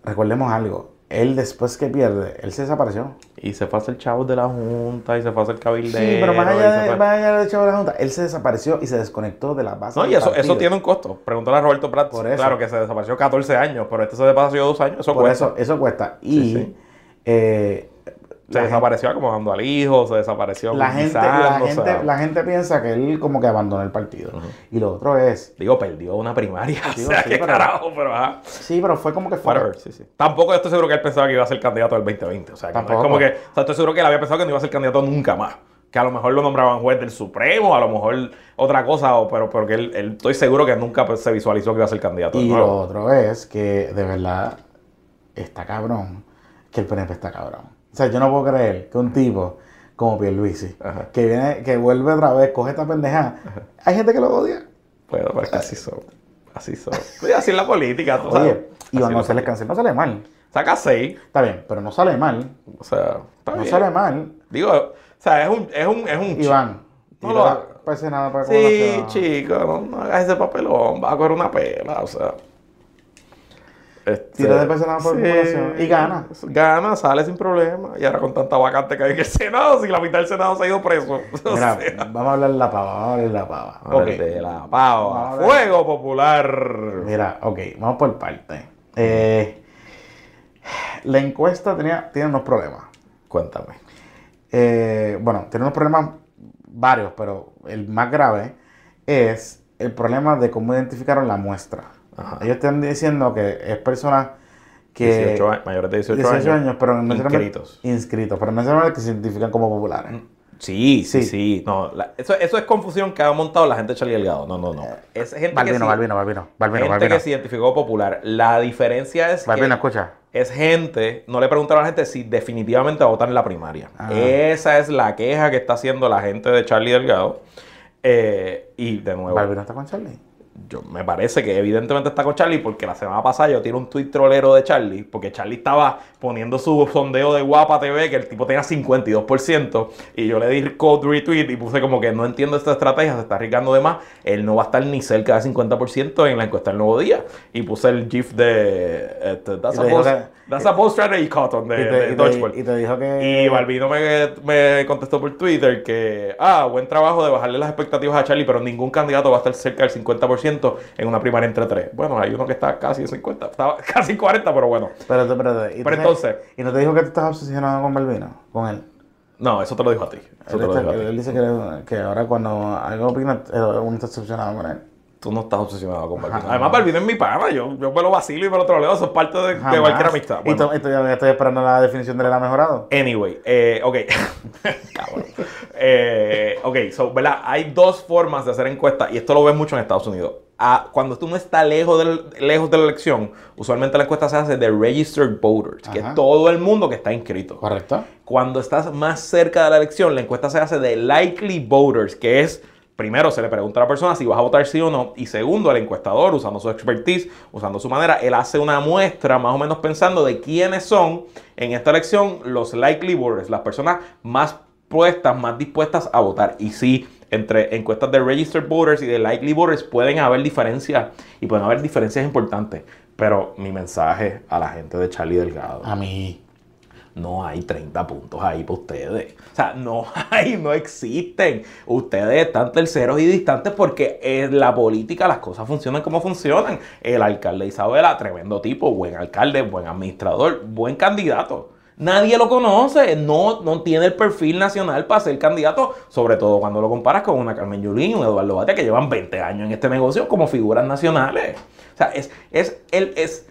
recordemos algo, él después que pierde, él se desapareció.
Y se fue a hacer chavos de la Junta, y se fue a hacer cabildero.
Sí, pero más
y se
allá, de,
fue-
más allá del chavo de la Junta, él se desapareció y se desconectó de la base
No,
del
y eso, eso
partido.
tiene un costo. Pregúntale a Roberto Prats.
Por eso.
Claro que se desapareció 14 años, pero este se desapareció dos años. Eso
Por
cuesta.
eso, eso cuesta. Y
Sí, sí.
eh,
se
la, gente,
desapareció acomodando al hijo, se desapareció
la, gente, la,
guisando, o sea,
gente, la gente piensa que él como que abandonó el partido. Y lo otro es,
Digo, perdió una primaria. *laughs*
Digo,
o sea,
sí,
qué
pero-
carajo, pero ajá.
sí, pero fue como que fue.
Whatever, sí, sí. Tampoco estoy seguro que él pensaba que iba a ser candidato del 2020. O sea, que no es
Tampoco.
como que. O sea, estoy seguro que él había pensado que no iba a ser candidato nunca más. Que a lo mejor lo nombraban juez del Supremo, a lo mejor otra cosa, o, pero porque él, él- estoy seguro que nunca pues, se visualizó que iba a ser candidato. de
Y
nuevo.
lo otro es que de verdad está cabrón, que el PNP está cabrón. O sea, yo no puedo creer que un tipo como Pierluisi,
Ajá.
que viene, que vuelve otra vez, coge esta pendeja, hay gente que lo odia.
Bueno, pero es que
*laughs*
así son. Así son. Sí, así es la política. tú sabes.
Oye, y
Así
cuando
es
se
la
les cancela, no sale mal.
política. Saca seis.
Está bien, pero no sale mal.
O sea, está
No
bien.
sale mal.
Digo, o sea, es un. Es un, es un
Iván,
No
tira-
lo hagas.
pese pues, nada para
Sí,
población.
chico, no, no hagas ese papelón, vas a coger una pela, o sea. Este,
Tírate para el Senado por población y gana.
Gana, sale sin problema. Y ahora con tanta vacante que hay en el Senado, si la mitad del Senado se ha ido preso. *laughs* O
Mira,
sea,
vamos a hablar de la pava, vamos a hablar de la pava.
a ver,
Ok.
de la pava.
Ahora-
Fuego popular.
Mira, ok, vamos por parte. Eh, la encuesta tenía, tiene unos problemas.
Cuéntame.
Eh, bueno, tiene unos problemas varios, pero el más grave es el problema de cómo identificaron la muestra.
Ajá.
Ellos están diciendo que es personas que...
18 años, mayores de 18,
18 años, pero no necesariamente-
inscritos.
inscritos, pero no necesariamente que se identifican como populares.
Sí, sí, sí.
Sí.
No, la- eso, eso es confusión que ha montado la gente de Charlie Delgado. No, no, no.
Eh,
Es gente que
Balbino,
sí-
Balbino, Balbino, Balbino,
gente
Balbino.
que se identificó popular. La diferencia es
Balbino,
que
escucha.
es gente, no le preguntaron a la gente si definitivamente va a votar en la primaria.
Ah.
Esa es la queja que está haciendo la gente de Charlie Delgado. Eh, y de nuevo,
Balbino está con Charlie.
yo, me parece que evidentemente está con Charlie porque la semana pasada yo tiré un tuit trolero de Charlie porque Charlie estaba poniendo su sondeo de Guapa TV que el tipo tenía 52% y yo le di code retweet y puse como que no entiendo esta estrategia, se está arriesgando de más, él no va a estar ni cerca del 50% en la encuesta del nuevo día y puse el gif de este, That's,
Y
a
te dijo
post,
que-
that's a post strategy cotton de,
y,
de
te, y, te,
Dodgeball.
y te dijo que...
Y Balbino me, me contestó por Twitter que, ah, buen trabajo de bajarle las expectativas a Charlie, pero ningún candidato va a estar cerca del 50% en una primaria entre tres. Bueno, hay uno que está casi en 50, estaba *laughs* casi en 40, pero bueno.
Espérate, espérate. Y
Pero
entonces-
entonces-
¿Y no te dijo que tú estás obsesionado con Balbino? Con él.
No, eso te lo dijo a ti. Eso
Él,
te lo
está-
dijo a ti.
él dice que, que ahora cuando algo opina, eh, uno está obsesionado con él.
Tú no estás obsesionado con Balbino.
Ajá.
Además, Balbino es mi pana, yo, yo me lo vacilo y me lo troleo, eso es parte de, de
Jamás.
cualquier amistad.
Y
Bueno.
to- y todavía estoy esperando la definición de él ha mejorado.
Anyway, eh, ok. *laughs* Cabrón. Eh, ok, so, ¿verdad? Hay dos formas de hacer encuestas y esto lo ves mucho en Estados Unidos. Ah, cuando tú no estás lejos, del- lejos de la elección, usualmente la encuesta se hace de registered voters, que es
Ajá.
todo el mundo que está inscrito.
¿Correcto?
Cuando estás más cerca de la elección, la encuesta se hace de likely voters, que es, primero, se le pregunta a la persona si vas a votar sí o no, y segundo, el encuestador, usando su expertise, usando su manera, él hace una muestra más o menos pensando de quiénes son en esta elección los likely voters, las personas más puestas, más dispuestas a votar. Y sí, entre encuestas de registered voters y de likely voters pueden haber diferencias, y pueden haber diferencias importantes. Pero mi mensaje a la gente de Charlie Delgado
A mí.
no hay 30 puntos ahí para ustedes. O sea, no *laughs* hay, no existen. Ustedes están terceros y distantes porque en la política las cosas funcionan como funcionan. El alcalde Isabela, tremendo tipo, buen alcalde, buen administrador, buen candidato. Nadie lo conoce, no, no tiene el perfil nacional para ser candidato, sobre todo cuando lo comparas con una Carmen Yulín, un Eduardo Batia, que llevan 20 años en este negocio como figuras nacionales. O sea, es, es, el, es,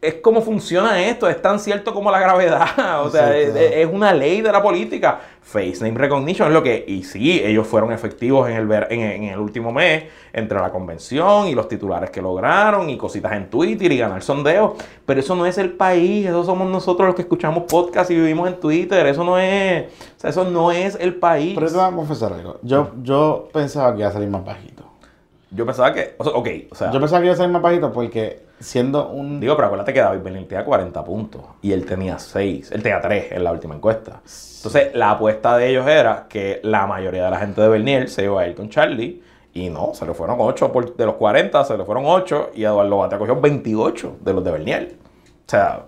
es como funciona esto, es tan cierto como la gravedad. *laughs* O sea, es,
Exacto.
es una ley de la política. Face name recognition es lo que. Y sí, ellos fueron efectivos en el, ver- en, en el último mes, entre la convención y los titulares que lograron y cositas en Twitter y ganar sondeos. Pero eso no es el país, eso somos nosotros los que escuchamos podcast y vivimos en Twitter. Eso no es. O sea, eso no es el país.
Pero yo te voy a confesar algo. Yo, yo pensaba que iba a salir más bajito.
Yo pensaba que. O sea, ok, o sea.
Yo pensaba que iba a salir más bajito porque siendo un...
Digo, pero acuérdate que David Bernier tenía 40 puntos y él tenía 6, él tenía 3 en la última encuesta. Entonces, la apuesta de ellos era que la mayoría de la gente de Bernier se iba a ir con Charlie y no, se le fueron 8 por, de los 40, se le fueron 8 y Eduardo Batea cogió 28 de los de Bernier. O sea,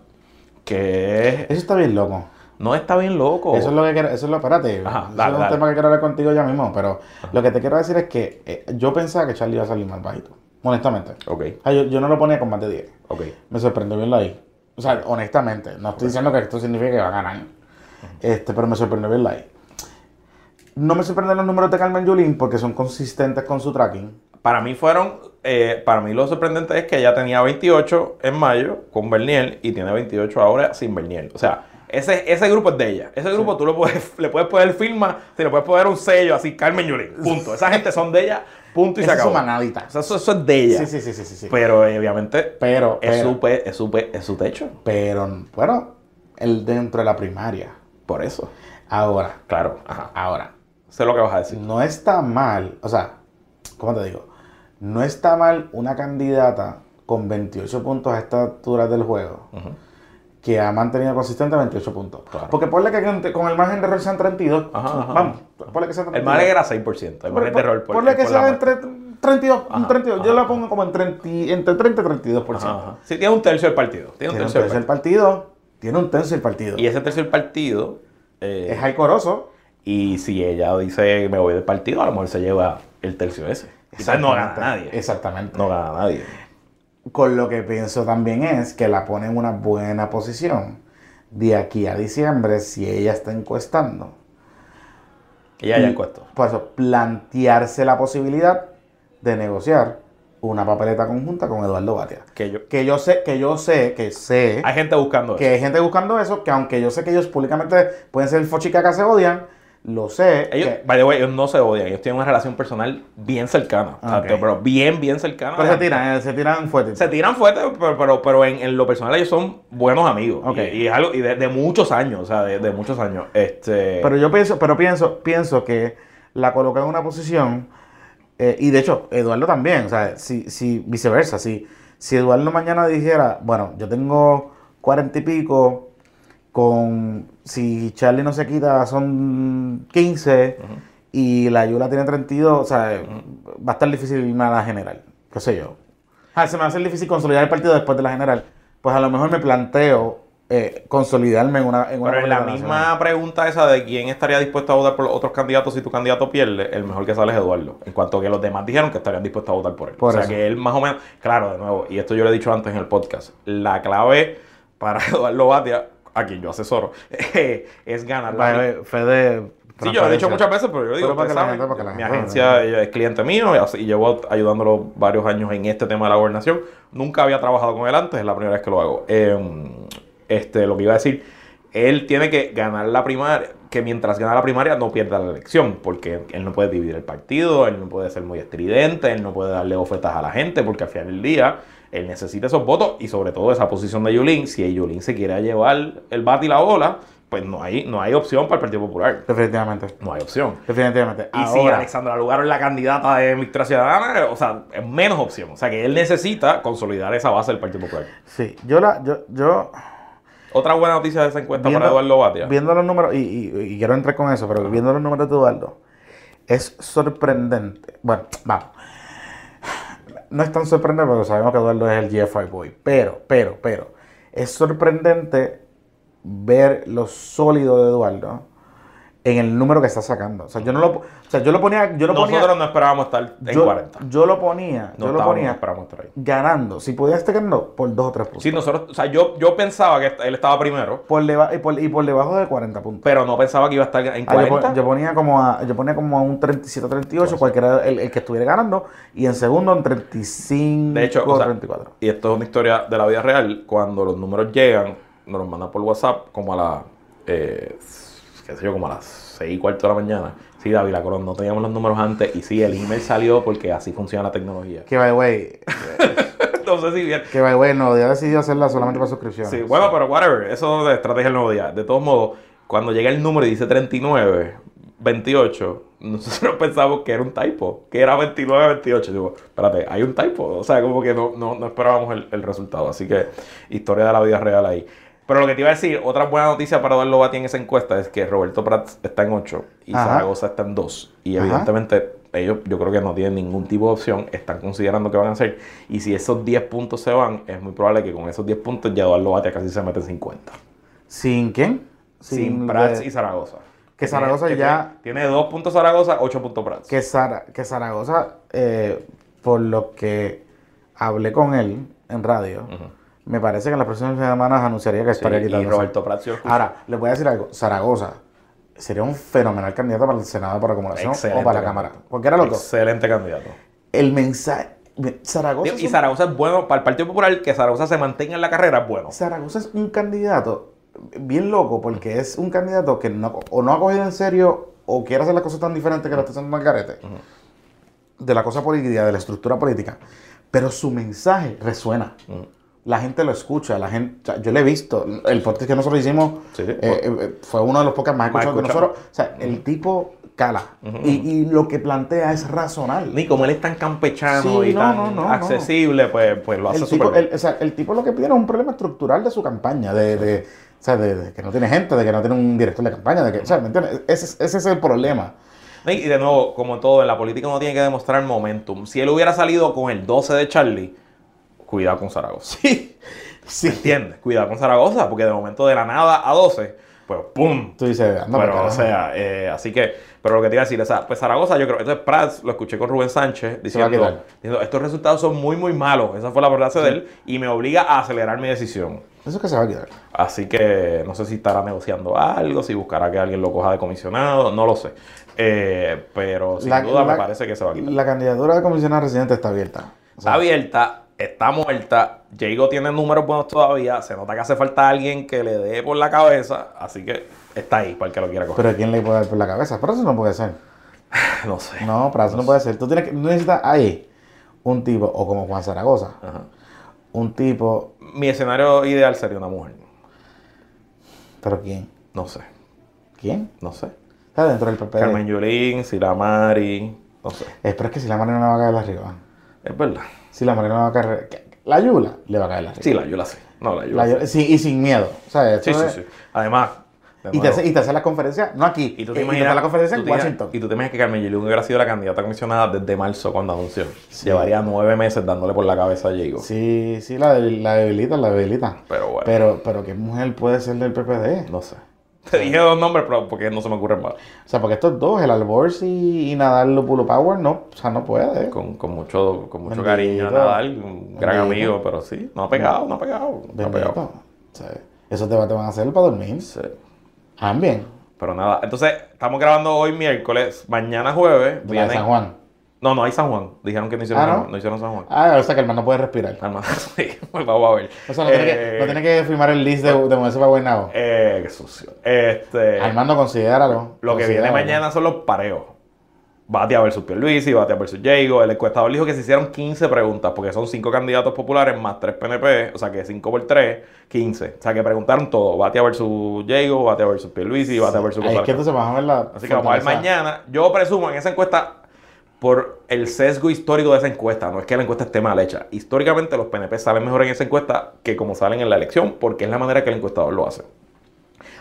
que
Eso está bien loco.
no está bien loco.
Eso es lo que quiero, eso es lo, espérate,
Ajá,
eso
dale,
es un
dale.
tema que quiero hablar contigo ya mismo, pero lo que te quiero decir es que eh, yo pensaba que Charlie iba a salir más bajito, honestamente.
Ok,
O sea, yo, yo no lo ponía con más de 10,
ok.
me sorprendió verlo ahí. O sea, honestamente, no estoy diciendo que esto significa que va a ganar, este, pero me sorprendió verlo ahí. No me sorprenden los números de Carmen Yulín porque son consistentes con su tracking.
Para mí fueron, eh, para mí lo sorprendente es que ella tenía 28 en mayo con Bernier y tiene 28 ahora sin Bernier. O sea, ese, ese grupo es de ella. Ese grupo tú lo puedes, *laughs* le puedes poner firma, se le puedes poner un sello así, Carmen Yulín, punto. Esa gente son de ella, punto y
Esa
se
es
acabó.
su manadita.
O sea, eso, eso es de ella.
Sí, sí, sí, sí, sí. sí.
Pero eh, obviamente
Pero,
es,
pero,
su, pe- es, su, pe- es su techo.
pero, bueno, el dentro de la primaria.
Por eso.
Ahora,
Claro, ajá.
ahora.
Sé lo que vas a decir.
no está mal, o sea, ¿cómo te digo? No está mal una candidata con 28 puntos a esta altura del juego
Ujú.
que ha mantenido consistente 28 puntos.
Claro.
Porque ponle que con, con el margen de error sean 32.
Ajá, ajá.
Vamos, ponle que sean 32.
El margen era 6%. El
Mm. Por-
margen de error. por-
Ponle que
por la
sea
muerte.
entre 32. un
Ajá,
32. Yo
ajá.
la pongo como en 30 y- entre 30 y 32%.
Ajá, ajá. Sí, tiene un tercio del partido. Tiene un
Tiene un
tercio del
tercer
partido.
partido. Tiene un tercer partido.
Y ese tercio del partido. eh,
Es alcoroso.
y si ella dice me voy del partido, a lo mejor se lleva el tercio ese. Quizás no gana nadie.
Exactamente.
No gana nadie.
Con lo que pienso también es que la pone en una buena posición de aquí a diciembre si ella está encuestando.
Ella ya encuestó.
Por eso, plantearse la posibilidad de negociar una papeleta conjunta con Eduardo Batia.
Que yo,
Que yo sé, que yo sé, que sé
hay gente buscando
que
eso.
hay gente buscando eso, que aunque yo sé que ellos públicamente pueden ser fochicacas, se odian, lo sé.
Ellos,
que-
by the way, ellos no se odian. Ellos tienen una relación personal bien cercana. O sea,
Ok.
que- pero bien, bien cercana.
pero se tiran, eh, se tiran fuerte.
Se tiran fuerte, pero, pero, pero en, en lo personal ellos son buenos amigos.
Ok.
Y, y es algo y de, de muchos años, o sea, de, de muchos años. Este,
Pero yo pienso, pero pienso, pienso que la coloca en una posición, eh, y de hecho, Eduardo también, o sea, si, si viceversa, si, si Eduardo mañana dijera, bueno, yo tengo cuarenta y pico, con si Charlie no se quita son 15 y la Yula tiene 32, o sea, va a estar difícil nada general, qué sé yo. Ah, se me va a hacer difícil consolidar el partido después de la general. Pues a lo mejor me planteo eh, consolidarme en una... En una
Pero en la
primera nacional.
misma pregunta esa de quién estaría dispuesto a votar por los otros candidatos si tu candidato pierde, el mejor que sale es Eduardo. En cuanto que los demás dijeron que estarían dispuestos a votar por él.
Por
o sea
eso.
que él más o menos. Claro, de nuevo, y esto yo lo he dicho antes en el podcast. La clave para *laughs* Eduardo Batia, a quien yo asesoro, *laughs* es ganar la
Vale, Fede.
Sí, yo lo he dicho muchas veces, pero yo lo digo,
Pero
ustedes
para que la
saben,
gente- para que la
mi
gente-
agencia ella es cliente mío y hace- y llevo ayudándolo varios años en este tema de la gobernación. Nunca había trabajado con él antes, es la primera vez que lo hago. Eh, este, lo que iba a decir, él tiene que ganar la primaria, que mientras gana la primaria no pierda la elección, porque él no puede dividir el partido, él no puede ser muy estridente, él no puede darle ofertas a la gente, porque al final del día él necesita esos votos y sobre todo esa posición de Yulín. Si Yulín se quiere llevar el bate y la bola, pues no hay, no hay opción para el Partido Popular.
Definitivamente.
No hay opción.
Definitivamente.
Y si
Ahora,
Alexandra Lugaro es la candidata de Victoria Ciudadana, o sea, es menos opción. O sea, que él necesita consolidar esa base del Partido Popular.
sí, yo la, yo, yo
Otra buena noticia de esa encuesta
Viendo-
para Eduardo Batia.
viendo los números, y, y- y quiero entrar con eso, pero viendo los números de Eduardo, es sorprendente. Bueno, vamos. No es tan sorprendente porque sabemos que Eduardo es el GFI Boy, pero, pero, pero, es sorprendente ver lo sólido de Eduardo en el número que está sacando. O sea, yo no lo, po- o sea, yo lo ponía, yo lo ponía,
Nosotros no esperábamos estar en
yo,
40.
yo lo ponía,
No
yo lo
estábamos,
ponía
no esperábamos estar ahí.
ganando, si pudiera estar ganando, por 2 o 3 puntos.
Sí, nosotros, o sea, yo, yo pensaba que él estaba primero,
por deba- y, por, y por debajo de 40 puntos.
pero no pensaba que iba a estar en
Ah, yo,
40.
pon- yo ponía como a, yo ponía como a un
Pues
37-38, cualquiera el, el que estuviera ganando, y en segundo en 35
De hecho, o sea,
34.
Y esto es una historia de la vida real. Cuando los números llegan, nos los mandan por WhatsApp como a las, eh, qué sé yo, como a las 6 y cuarto de la mañana. Sí, David, la corona, no teníamos los números antes. Y sí, el email salió porque así funciona la tecnología. *laughs*
Que by the way,
no sé si bien.
que by the way, no, ya decidido hacerla solamente para suscripciones.
Sí, bueno, pero whatever. Eso de estrategia del nuevo día. De todos modos, cuando llega el número y dice 39, 28, nosotros *laughs* pensamos que era un typo, que era 29, 28. Digo, espérate, hay un typo. O sea, como que no, no, no esperábamos el, el resultado. Así que, historia de la vida real ahí. Pero lo que te iba a decir, otra buena noticia para Eduardo Bati en esa encuesta es que Roberto Prats está en 8 y
Ajá.
Zaragoza está en 2. Y
Ajá.
evidentemente ellos yo creo que no tienen ningún tipo de opción, están considerando que van a hacer. Y si esos 10 puntos se van, es muy probable que con esos 10 puntos ya Eduardo Batia casi se mete en 50.
¿Sin quién?
Sin Prats
de-
y Zaragoza.
Que Zaragoza
tiene-
ya-
Tiene, tiene 2 puntos Zaragoza, 8 puntos Prats.
que, Zara- que Zaragoza, eh, por lo que hablé con él en radio, me parece que en las próximas semanas anunciaría que
Sí,
estaría
y
quitando.
Roberto Prats yo escucho-
Ahora, les voy a decir algo. Zaragoza sería un fenomenal candidato para el Senado por acumulación o para la Cámara.
candidato.
Porque era loco.
Excelente candidato.
El mensaje. Zaragoza.
Digo,
es
Y
un-
Zaragoza es bueno, para el Partido Popular, que Zaragoza se mantenga en la carrera es bueno.
Zaragoza es un candidato bien loco porque es un candidato que no, o no ha cogido en serio o quiere hacer las cosas tan diferentes que lo está haciendo Margarete. De la cosa política, de la estructura política. Pero su mensaje resuena. La gente lo escucha, la gente, o sea, yo lo he visto. El podcast que nosotros hicimos
Sí, sí.
eh, eh, fue uno de los podcasts más
Más
escuchados que
escuchado.
nosotros. O sea, el tipo cala. y, y lo que plantea es razonable.
Ni como él es tan campechano
Sí,
y
no,
tan
no, no, no.
accesible, Pues, pues lo hace
el tipo,
súper bien.
el- o sea, el tipo lo que pide es un problema estructural de su campaña, de, de- o sea, de- de que no tiene gente, de que no tiene un director de campaña, de que, o sea, ¿me entiendes? Ese, es- ese es el problema.
Y de nuevo, como todo, en la política uno tiene que demostrar momentum. Si él hubiera salido con el 12 de Charlie, cuidado con Zaragoza.
Sí, sí.
¿Entiendes? Cuidado con Zaragoza, porque de momento de la nada a 12, pues ¡pum!
Tú dices, anda,
Pero,
pa'
o
carajo.
sea, eh, así que, pero lo que te iba a decir, o sea, pues Zaragoza, yo creo, entonces Prats, lo escuché con Rubén Sánchez
va a
diciendo,
quedar.
diciendo, estos resultados son muy, muy malos. Esa fue la frase de él y me obliga a acelerar mi decisión.
Eso es que se va a quedar.
Así que no sé si estará negociando algo, si buscará que alguien lo coja de comisionado, no lo sé. Eh, pero sin
La-
duda me
la-
parece que se va a quitar.
La candidatura de comisionada residente está abierta. O sea,
Está abierta, está muerta. Jago tiene números buenos todavía. Se nota que hace falta alguien que le dé por la cabeza. Así que está ahí para el que lo quiera coger. *laughs*
Pero ¿quién le puede dar por la cabeza? Pero eso no puede ser.
no sé.
No, para eso no puede ser. Tú, tienes que, tú necesitas ahí un tipo, o como Juan Zaragoza,
Ajá.
un tipo,
Mi escenario ideal sería una mujer.
pero ¿quién?
No sé.
¿Quién?
No sé.
Está dentro del papel.
Carmen Yulín, Silamari. No sé.
Eh, pero es que si la marina no va a caer arriba.
Es verdad.
Si la marina no va a caer. que- La Yula le va a caer arriba.
Sí, la Yula sí. No, la
La
Yula. sí.
Yula- sí, y sin miedo. ¿sabes?
Sí, sí,
Eso
sí.
es-
Además. de
Y te,
nuevo,
hace, y te hace la conferencia, no aquí.
y tú
eh,
te
te
imaginas.
hace la conferencia
tú
en
te imaginas-
Washington.
Y tú te imaginas que Carmen Yulín hubiera sido la candidata comisionada desde marzo cuando anunció. Llevaría nueve meses dándole por la cabeza a Jago.
Sí, sí, la, debil- la debilita, la debilita.
Pero bueno.
Pero, pero ¿qué mujer puede ser del PPD?
No sé. Te dije dos nombres, pero porque no se me ocurren más.
O sea, porque estos dos, el Alborsi y, y Nadal Lupulo Power, no, o sea, no puede.
Con, con mucho, con mucho
Bendito.
cariño a Nadal, un gran
Bendito.
amigo, pero sí, no ha pegado, no ha pegado. No ha
Bendito.
pegado.
O sea, Esos debates van a ser para dormir.
Sí.
También.
Pero nada, entonces estamos grabando hoy miércoles, mañana jueves.
La de
viene-
San Juan.
No, no hay San Juan. Dijeron que no hicieron,
Ah,
San
¿no?
Juan. no hicieron San Juan.
Ah, o sea que el man no puede respirar.
Ah, no, *laughs* sí, pues vamos a ver.
O sea, no, tiene, que, no tiene que firmar el list de, de moverse para Guaynabo.
Eh, qué sucio. Este,
Armando, considéralo.
Lo que viene
Considéralo.
mañana son los pareos. Batea versus Pierluisi, Batea versus Jago. El encuestador dijo que se hicieron 15 preguntas, porque son 5 candidatos populares más 3 PNP, o sea que 5 por 3, 15. O sea que preguntaron todo. Batea versus Jago, Batea versus Pierluisi, Batea versus
Ahí es que
González.
entonces vamos a ver la.
Así que vamos a ver
fortaleza.
mañana. Yo presumo en esa encuesta, por el sesgo histórico de esa encuesta, no es que la encuesta esté mal hecha. Históricamente los PNP salen mejor en esa encuesta que como salen en la elección, porque es la manera que el encuestador lo hace.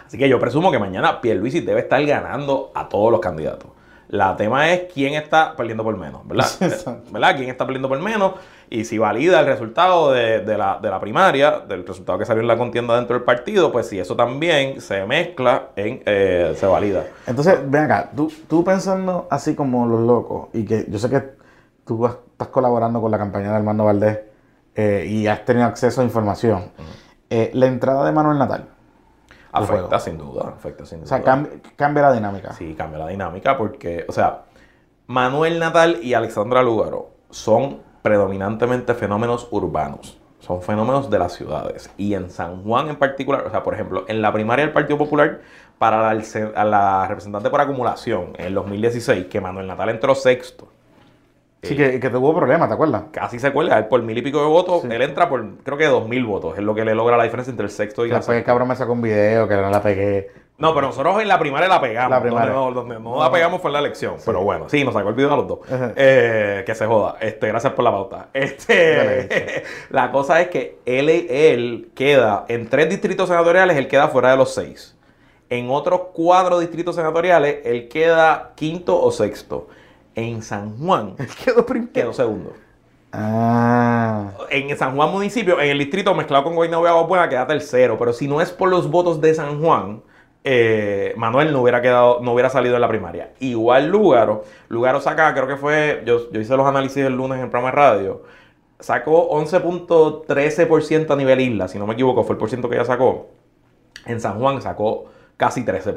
Así que yo presumo que mañana Pierluisi debe estar ganando a todos los candidatos. La tema es quién está perdiendo por menos, ¿verdad? Eh,
Exacto.
¿Verdad? ¿Quién está perdiendo por menos? Y si valida el resultado de, de la, de la primaria, del resultado que salió en la contienda dentro del partido, pues si eso también se mezcla, en, eh, se valida.
Entonces, ven acá, tú, tú pensando así como los locos, y que yo sé que tú vas- estás colaborando con la campaña de Armando Valdés eh, y has tenido acceso a información. Eh, la entrada de Manuel Natal, el
Afecta
juego.
sin duda, afecta sin
o
duda.
sea, cambi- cambia la dinámica.
Sí, cambia la dinámica porque, o sea, Manuel Natal y Alexandra Lugaro son predominantemente fenómenos urbanos. Son fenómenos de las ciudades. Y en San Juan en particular, o sea, por ejemplo, en la primaria del Partido Popular, para la, alce- a la representante por acumulación en el 2016, que Manuel Natal entró sexto,
Sí, que, que tuvo problemas, ¿te acuerdas?
casi se cuelga, él por mil y pico de votos,
Sí.
él entra por creo que dos mil votos, es lo que le logra la diferencia entre el sexto y
Que
la
después el cabrón me sacó un video, que no la pegué.
No, pero nosotros en la primaria la pegamos.
La primaria.
Donde, no- donde no la pegamos fue en la elección. Pero bueno, sí, nos sacó el video a los dos.
Ajá.
Eh, que se joda. Este, gracias por la pauta. *laughs*
Dale,
Este, *laughs* la cosa es que él, él queda en tres distritos senatoriales, él queda fuera de los seis. En otros cuatro distritos senatoriales, él queda quinto o sexto. En San
*laughs*
Juan,
Quedó primero.
*laughs* quedó segundo.
Ah.
En San Juan municipio, en el distrito mezclado con Guaynabo y Aguas Buenas, queda tercero. Pero si no es por los votos de San Juan, eh, Manuel no hubiera quedado, no hubiera salido en la primaria. Igual Lugaro, Lugaro saca, creo que fue, yo, yo hice los análisis el lunes en el programa de radio, sacó 11.13% a nivel isla, si no me equivoco, fue el por ciento que ella sacó. En San Juan sacó casi 13%.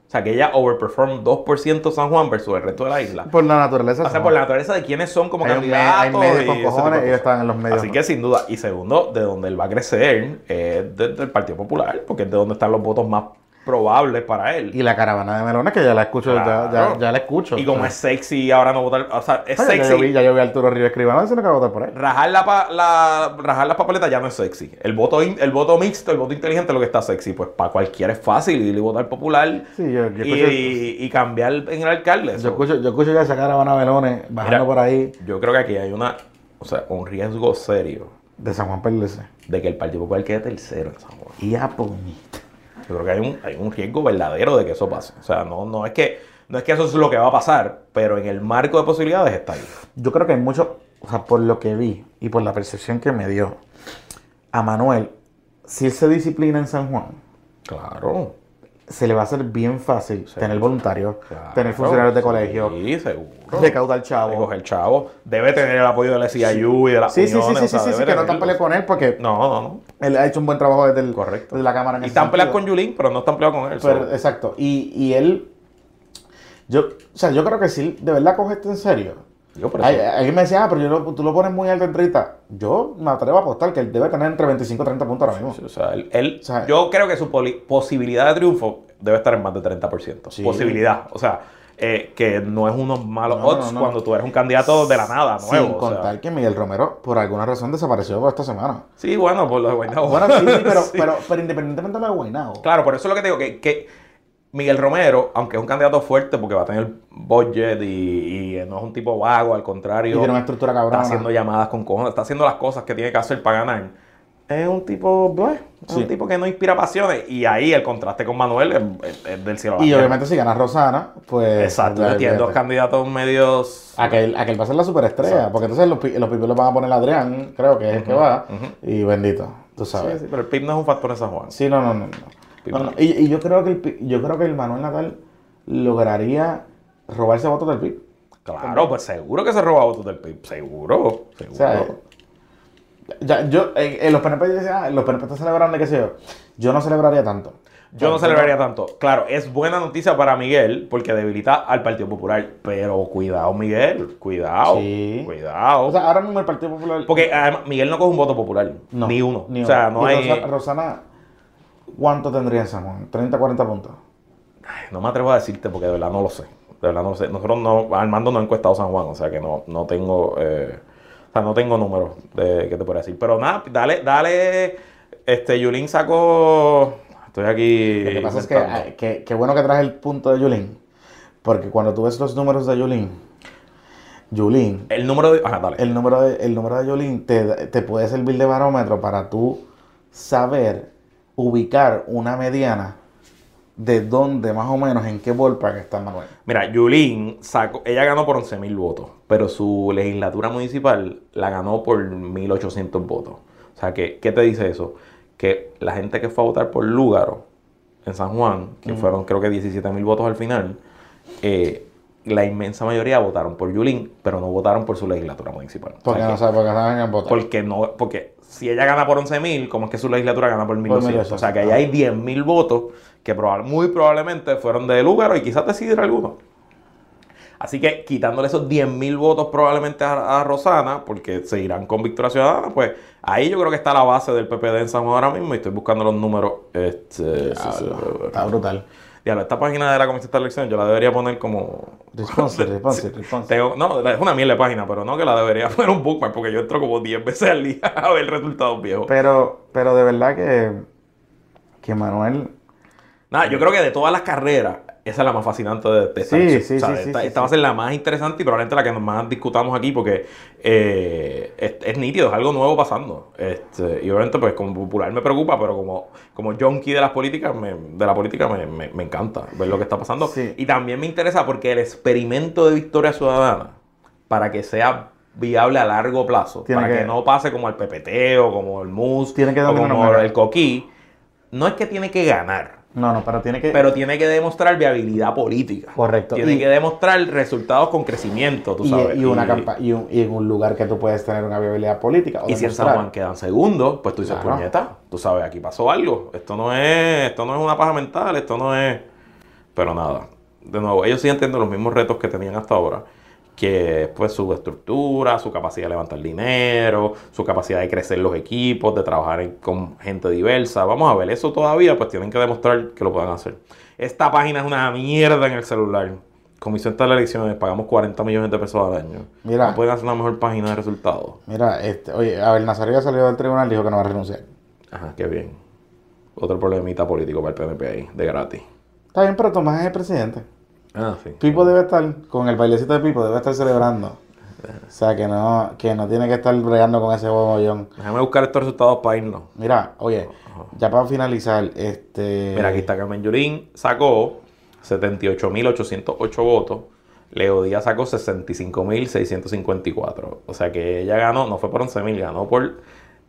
O sea que ella overperformed 2% San Juan versus el resto de la isla.
Por la naturaleza.
O sea,
¿no?
por la naturaleza de quiénes son como
Hay un me-
candidatos.
hay medios con
y ese tipo de
cojones y
cosas.
están en los medios,
Así
¿no?
que sin duda. eh, Y segundo, de donde él va a crecer es desde el Partido Popular, porque es de donde están los votos más probables para él.
Y la caravana de melones, que ya la escucho, ya-
Claro.
ya, ya la escucho.
Y como es sexy ahora no votar, o sea, es
Ah, ya- Ya, yo vi,
sexy.
ya yo vi a Arturo Rivas Escribano diciendo que va a votar por él.
Rajar, la pa- la- rajar las papeletas ya no es sexy. El voto, in- el voto mixto, el voto inteligente es lo que está sexy. Pues para cualquiera es fácil ir y votar popular
Sí, yo, yo
y,
escucho,
y cambiar en el alcalde.
yo,
Eso-
escucho, yo escucho ya esa caravana de melones bajando
Mira.
por ahí
Yo creo que aquí hay una, o sea, un riesgo serio
de San Juan Perlese.
de que el Partido Popular quede tercero en San Juan.
Y a puñita.
Yo creo que hay un, hay un riesgo verdadero de que eso pase. O sea, no, no es que no es que eso es lo que va a pasar, pero en el marco de posibilidades está ahí.
Yo creo que hay mucho, o sea, por lo que vi y por la percepción que me dio a Manuel, si él se disciplina en San Juan,
Claro.
se le va a hacer bien fácil tener voluntarios,
claro.
tener funcionarios de
Sí,
colegio,
Sí, seguro.
recaudar
De
chavo.
coger chavo. Debe tener el apoyo del SIU y de la
Sí, sí, sí,
uniones,
sí,
o sea,
sí, sí,
debe
que no
tenerlo.
están peleando con él porque
No, no, no.
él ha hecho un buen trabajo desde el,
Correcto.
desde la cámara. en
Y
ese
están peleando con
sentido.
Yulín, pero no están peleando con él.
Pero,
so-
exacto. Y, y él, yo, o sea, yo creo que si de verdad coge esto en serio,
Digo, pero
Ay-
eso-
Alguien me decía, ah, pero yo lo- tú lo pones muy alto en 30. Yo me atrevo a apostar que él debe tener entre 25 y 30 puntos ahora mismo.
O sea, él, él-
O sea,
yo creo que su poli- posibilidad de triunfo debe estar en más de 30%.
Sí.
Posibilidad. O sea, eh, que no es unos malos
No, no,
odds
no.
cuando tú eres un candidato de la nada, nuevo.
Sin
o sea.
contar que Miguel Romero, por alguna razón, desapareció por esta semana.
Sí, bueno, por lo de Guaynabo.
Bueno,
*laughs*
sí, sí, pero,
Sí.
Pero, pero independientemente de lo de Guaynabo.
Claro, por eso es lo que te digo, que, que Miguel Romero, aunque es un candidato fuerte porque va a tener budget y, y no es un tipo vago, al
Y
contrario,
tiene una estructura
está
cabrona.
haciendo llamadas con cojones, está haciendo las cosas que tiene que hacer para ganar. Es un tipo, bleh, es
Sí.
un tipo que no inspira pasiones. Y ahí el contraste con Manuel es, es- es del cielo. a la
Y
tierra.
obviamente si gana Rosana, pues...
Exacto,
pues,
yo tiene dos
olvídate.
candidatos medios.
Aquel, aquel va a ser la superestrella,
Exacto.
porque entonces los, pi- los piperos van a poner a Adrián, creo que es el que va, y bendito, tú
Sí,
sabes.
sí, pero el PIB no es un factor en San Juan.
Sí, no, no, no. no.
Pipo.
No, no, Y, y yo creo que el pi- yo creo que el Manuel Natal lograría robarse votos del PIB.
Claro, pues seguro que se roba votos del PIB. Seguro, seguro.
O sea, ya- yo, en, en los PNP dicen, ah, los PNP están celebrando, qué sé yo. Yo no celebraría tanto.
Yo no celebraría tanto. Claro, es buena noticia para Miguel porque debilita al Partido Popular. Pero cuidado, Miguel. Cuidado.
Sí.
Cuidado.
O sea, ahora mismo el Partido Popular.
porque además, Miguel no coge un voto popular.
No,
ni uno. o sea, no
Y
hay.
Rosa- Rosana, ¿cuánto tendría en San Juan? 30, 40 puntos.
Ay, No me atrevo a decirte porque de verdad no lo sé. De verdad no lo sé. Nosotros no. Armando no ha encuestado San Juan, o sea que no, no tengo. eh, o sea, no tengo números de que te pueda decir. Pero nada, dale, dale. Este, Yulín sacó. Estoy aquí.
Lo que pasa es que,
inventando.
ah, que, que bueno que traes el punto de Yulín. Porque cuando tú ves los números de Yulín, Yulín
El número de. Ajá, dale.
el número de, el número de Yolín te, da- te puede servir de barómetro para tú saber ubicar una mediana de dónde más o menos en qué ballpark está Manuel.
Mira, Yulín sacó, ella ganó por 11.000 votos, pero su legislatura municipal la ganó por 1.800 votos. O sea, que, ¿qué te dice eso? Que la gente que fue a votar por Lúgaro en San Juan, que fueron creo que 17.000 votos al final, eh, la inmensa mayoría votaron por Yulín, pero no votaron por su legislatura municipal. O sea,
Porque
que-
no sabe, porque no saben en votar.
porque no, porque si ella gana por 11.000, ¿cómo es que su legislatura gana por 1.200?
1.200,
O sea, que ahí hay 10.000 votos que proba- muy probablemente fueron de Lúgaro y quizás decidir alguno. Así que quitándole esos 10.000 votos probablemente a, a Rosana, porque se irán con Victoria Ciudadana, pues ahí yo creo que está la base del PPD en San Juan ahora mismo y estoy buscando los números. Este,
Sí, sí,
ah,
sí, está brutal.
diablo, esta página de la Comisión de Elección yo la debería poner como... *laughs*
Responsive, responsive, responsive.
Tengo- no, es una mierda de página, pero no que la debería *laughs* poner un bookmark porque yo entro como 10 veces al día *laughs* a ver resultados viejos.
Pero, pero de verdad que, que Manuel.
Nada, yo creo que de todas las carreras, esa es la más fascinante de, de esta
Sí,
elección.
sí,
O sea,
sí,
Esta,
sí, sí,
esta va a
sí.
ser la más interesante y probablemente la que más discutamos aquí porque eh, es, es nítido, es algo nuevo pasando. Este, y obviamente, pues como popular me preocupa, pero como, como junkie de las políticas, me- de la política me, me- me encanta ver lo que está pasando.
Sí.
Y también me interesa porque el experimento de Victoria Ciudadana, para que sea viable a largo plazo,
Tiene
para que,
que-
no pase como el PPT o como el MUS
Tiene que
o
darle una
como
manera.
el Coquí, no es que tiene que ganar.
No, no, pero tiene que.
Pero tiene que demostrar viabilidad política.
Correcto.
Tiene
Y-
que demostrar resultados con crecimiento, tú
y,
sabes.
y una campa- y, un- y en un lugar que tú puedes tener una viabilidad política. o
Y si en San
demostrar.
Juan quedan segundos, pues tú dices,
Claro.
puñeta, tú sabes, aquí pasó algo. Esto no es, esto no es una paja mental, esto no es. Pero nada. De nuevo, ellos siguen teniendo los mismos retos que tenían hasta ahora. que pues su estructura, su capacidad de levantar dinero, su capacidad de crecer los equipos, de trabajar en- con gente diversa. Vamos a ver, eso todavía pues tienen que demostrar que lo puedan hacer. Esta página es una mierda en el celular. Comisión de las elecciones, pagamos 40 millones de pesos al año.
Mira.
No pueden hacer una mejor página de resultados.
Mira, este, oye, Abel Nazario ya salió del tribunal y dijo que no va a renunciar.
Ajá, qué bien. Otro problemita político para el PNP ahí, de gratis.
Está bien, pero Tomás es el presidente.
Ah, sí.
Pipo debe estar, con el bailecito de Pipo, debe estar celebrando. O sea, que no, que no tiene que estar bregando con ese bobollón.
Déjame buscar estos resultados para irnos.
Mira, oye, ya para finalizar, este...
Mira, aquí está Carmen Yurín, sacó 78.808 votos. Leo Díaz sacó 65.654. O sea que ella ganó, no fue por 11.000, ganó por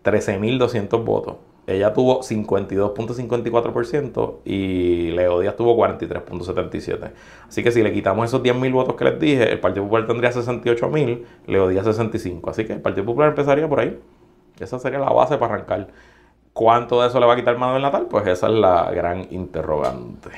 13.200 votos. Ella tuvo 52.54% y Leo Díaz tuvo 43.77%. Así que si le quitamos esos 10.000 votos que les dije, el Partido Popular tendría 68.000, Leo Díaz 65. Así que el Partido Popular empezaría por ahí. Esa sería la base para arrancar. ¿Cuánto de eso le va a quitar Manuel Natal? Pues esa es la gran interrogante.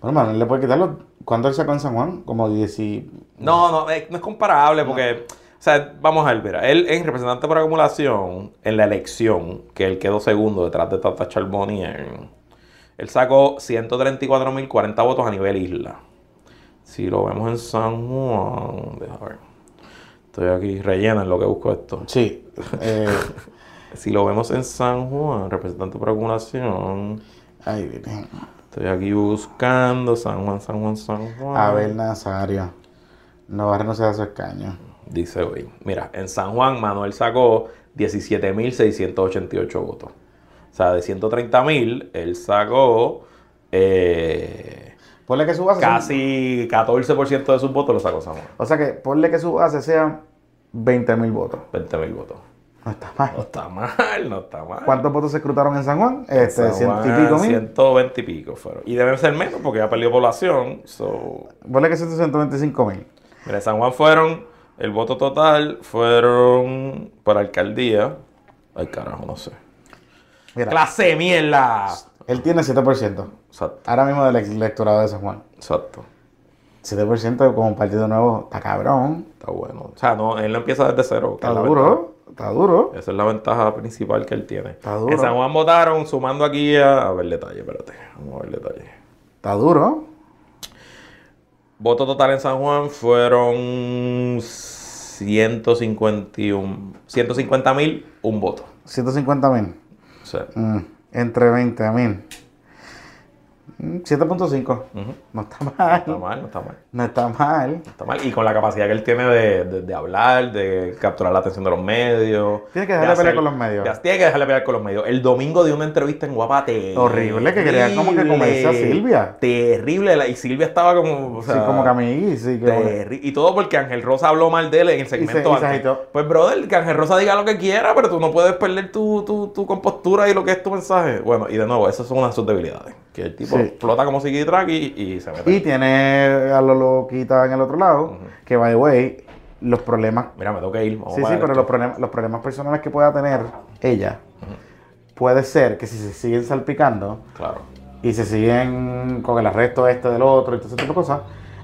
Bueno, Manuel, ¿le puede quitarlo? ¿Cuánto él sacó en San Juan? Como 10 y...
No, no, eh, no es comparable porque, o sea, vamos a ver, mira, él en representante por acumulación, en la elección, que él quedó segundo detrás de Tata Charbonnier, él sacó 134.040 votos a nivel isla. Si lo vemos en San Juan, déjame ver. Estoy aquí, rellena en lo que busco esto.
Sí. eh,
Si lo vemos en San Juan, representante por acumulación,
ay, Virgen.
Estoy aquí buscando San Juan, San Juan, San Juan.
Abel Nazario no va a renunciar a su escaño.
Dice hoy. Mira, en San Juan Manuel sacó 17.688 votos. O sea, de 130.000, él sacó eh,
Ponle que su base... sea-
casi 14% de sus votos, lo sacó San Juan.
O sea que ponle que su base sea 20 mil votos.
20.000 votos.
No está mal.
No está mal, no está mal.
¿Cuántos votos se escrutaron en San Juan? Este,
San
ciento y
Juan,
pico mil.
120 y pico fueron. Y deben ser menos porque ya perdió población. So,
Ponle que 125 mil.
Mira, en San Juan fueron, el voto total fueron para alcaldía. Ay, carajo, no sé.
Mira,
¡Clase de mierda!
él tiene 7%.
Exacto,
Ahora mismo del ele- electorado de San Juan.
exacto.
7% como partido nuevo. Está cabrón.
Está bueno. O sea, no, él no empieza desde cero. que
Está
es la
duro. Está duro.
ventaja. Esa es la ventaja principal que él tiene.
Está duro.
En San Juan votaron, sumando aquí a... A ver detalle, espérate. Vamos a ver detalle.
Está duro.
Voto total en San Juan fueron 151... 150 mil, un voto.
150 mil. Mm,
O sea,
entre 20 mil. Mm, 7.5. No está mal.
no está mal, no está mal.
No está mal.
Está mal. Y con la capacidad que él tiene de, de- de hablar, de capturar la atención de los medios.
Tiene que
de
dejar de pelear
hacer-
con los medios.
de- tiene que dejarle pelear con los medios. El domingo dio una entrevista en Guapate.
Horrible, que quería como que comerse a Silvia.
Terrible. la- Y Silvia estaba como. o
sí,
sea,
como Camille. Sí, que
terri- Y todo porque Ángel Rosa habló mal de él en el segmento
y se
antes.
agitó.
Pues, brother, que Ángel Rosa diga lo que quiera, pero tú no puedes perder tu, tu- tu compostura y lo que es tu mensaje. Bueno, y de nuevo, esas son una de sus debilidades. Que el tipo
Sí.
flota como psiquitrack y, y se mete.
Y tiene a lo loquita en el otro lado, que by the way, los problemas.
Mira, me tengo que ir. vamos
sí,
para
sí, pero
esto.
los problemas, los problemas personales que pueda tener ella, puede ser que si se siguen salpicando
Claro.
y se siguen con el arresto este del otro y todo ese tipo de cosas,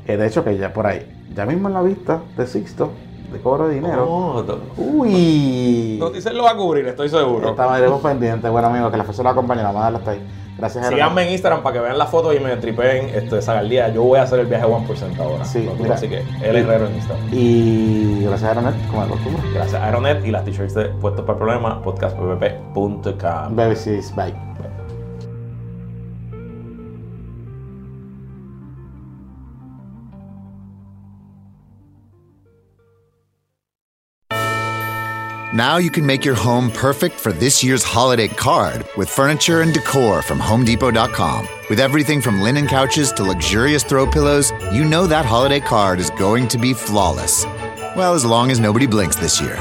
eh, de hecho que ya por ahí, ya mismo en la vista de Sixto, de cobro de dinero.
No, no.
Uy.
Noticias lo va a cubrir, estoy seguro.
Estaremos pendientes, bueno amigo, que la fuerza la acompañe, la madre hasta ahí. Gracias, Gerardo.
Síganme en Instagram para que vean las fotos y me tripeen este, esa galdía. Yo voy a hacer el viaje 1% ahora.
Sí,
Lo-
mira.
Así que el herrero en Instagram.
Y gracias, Aronet, como de costumbre.
Gracias a Aeronet y las t-shirts de Puestos para el Problema, podcastppp.com.
Baby sis, bye.
Now you can make your home perfect for this year's holiday card with furniture and decor from HomeDepot.com. With everything from linen couches to luxurious throw pillows, you know that holiday card is going to be flawless. Well, as long as nobody blinks this year.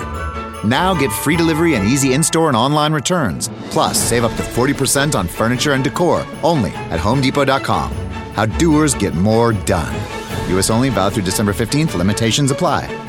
Now get free delivery and easy in store and online returns. Plus, save up to 40% on furniture and decor only at HomeDepot.com. How doers get more done. U.S. only valid through December 15th. Limitations apply.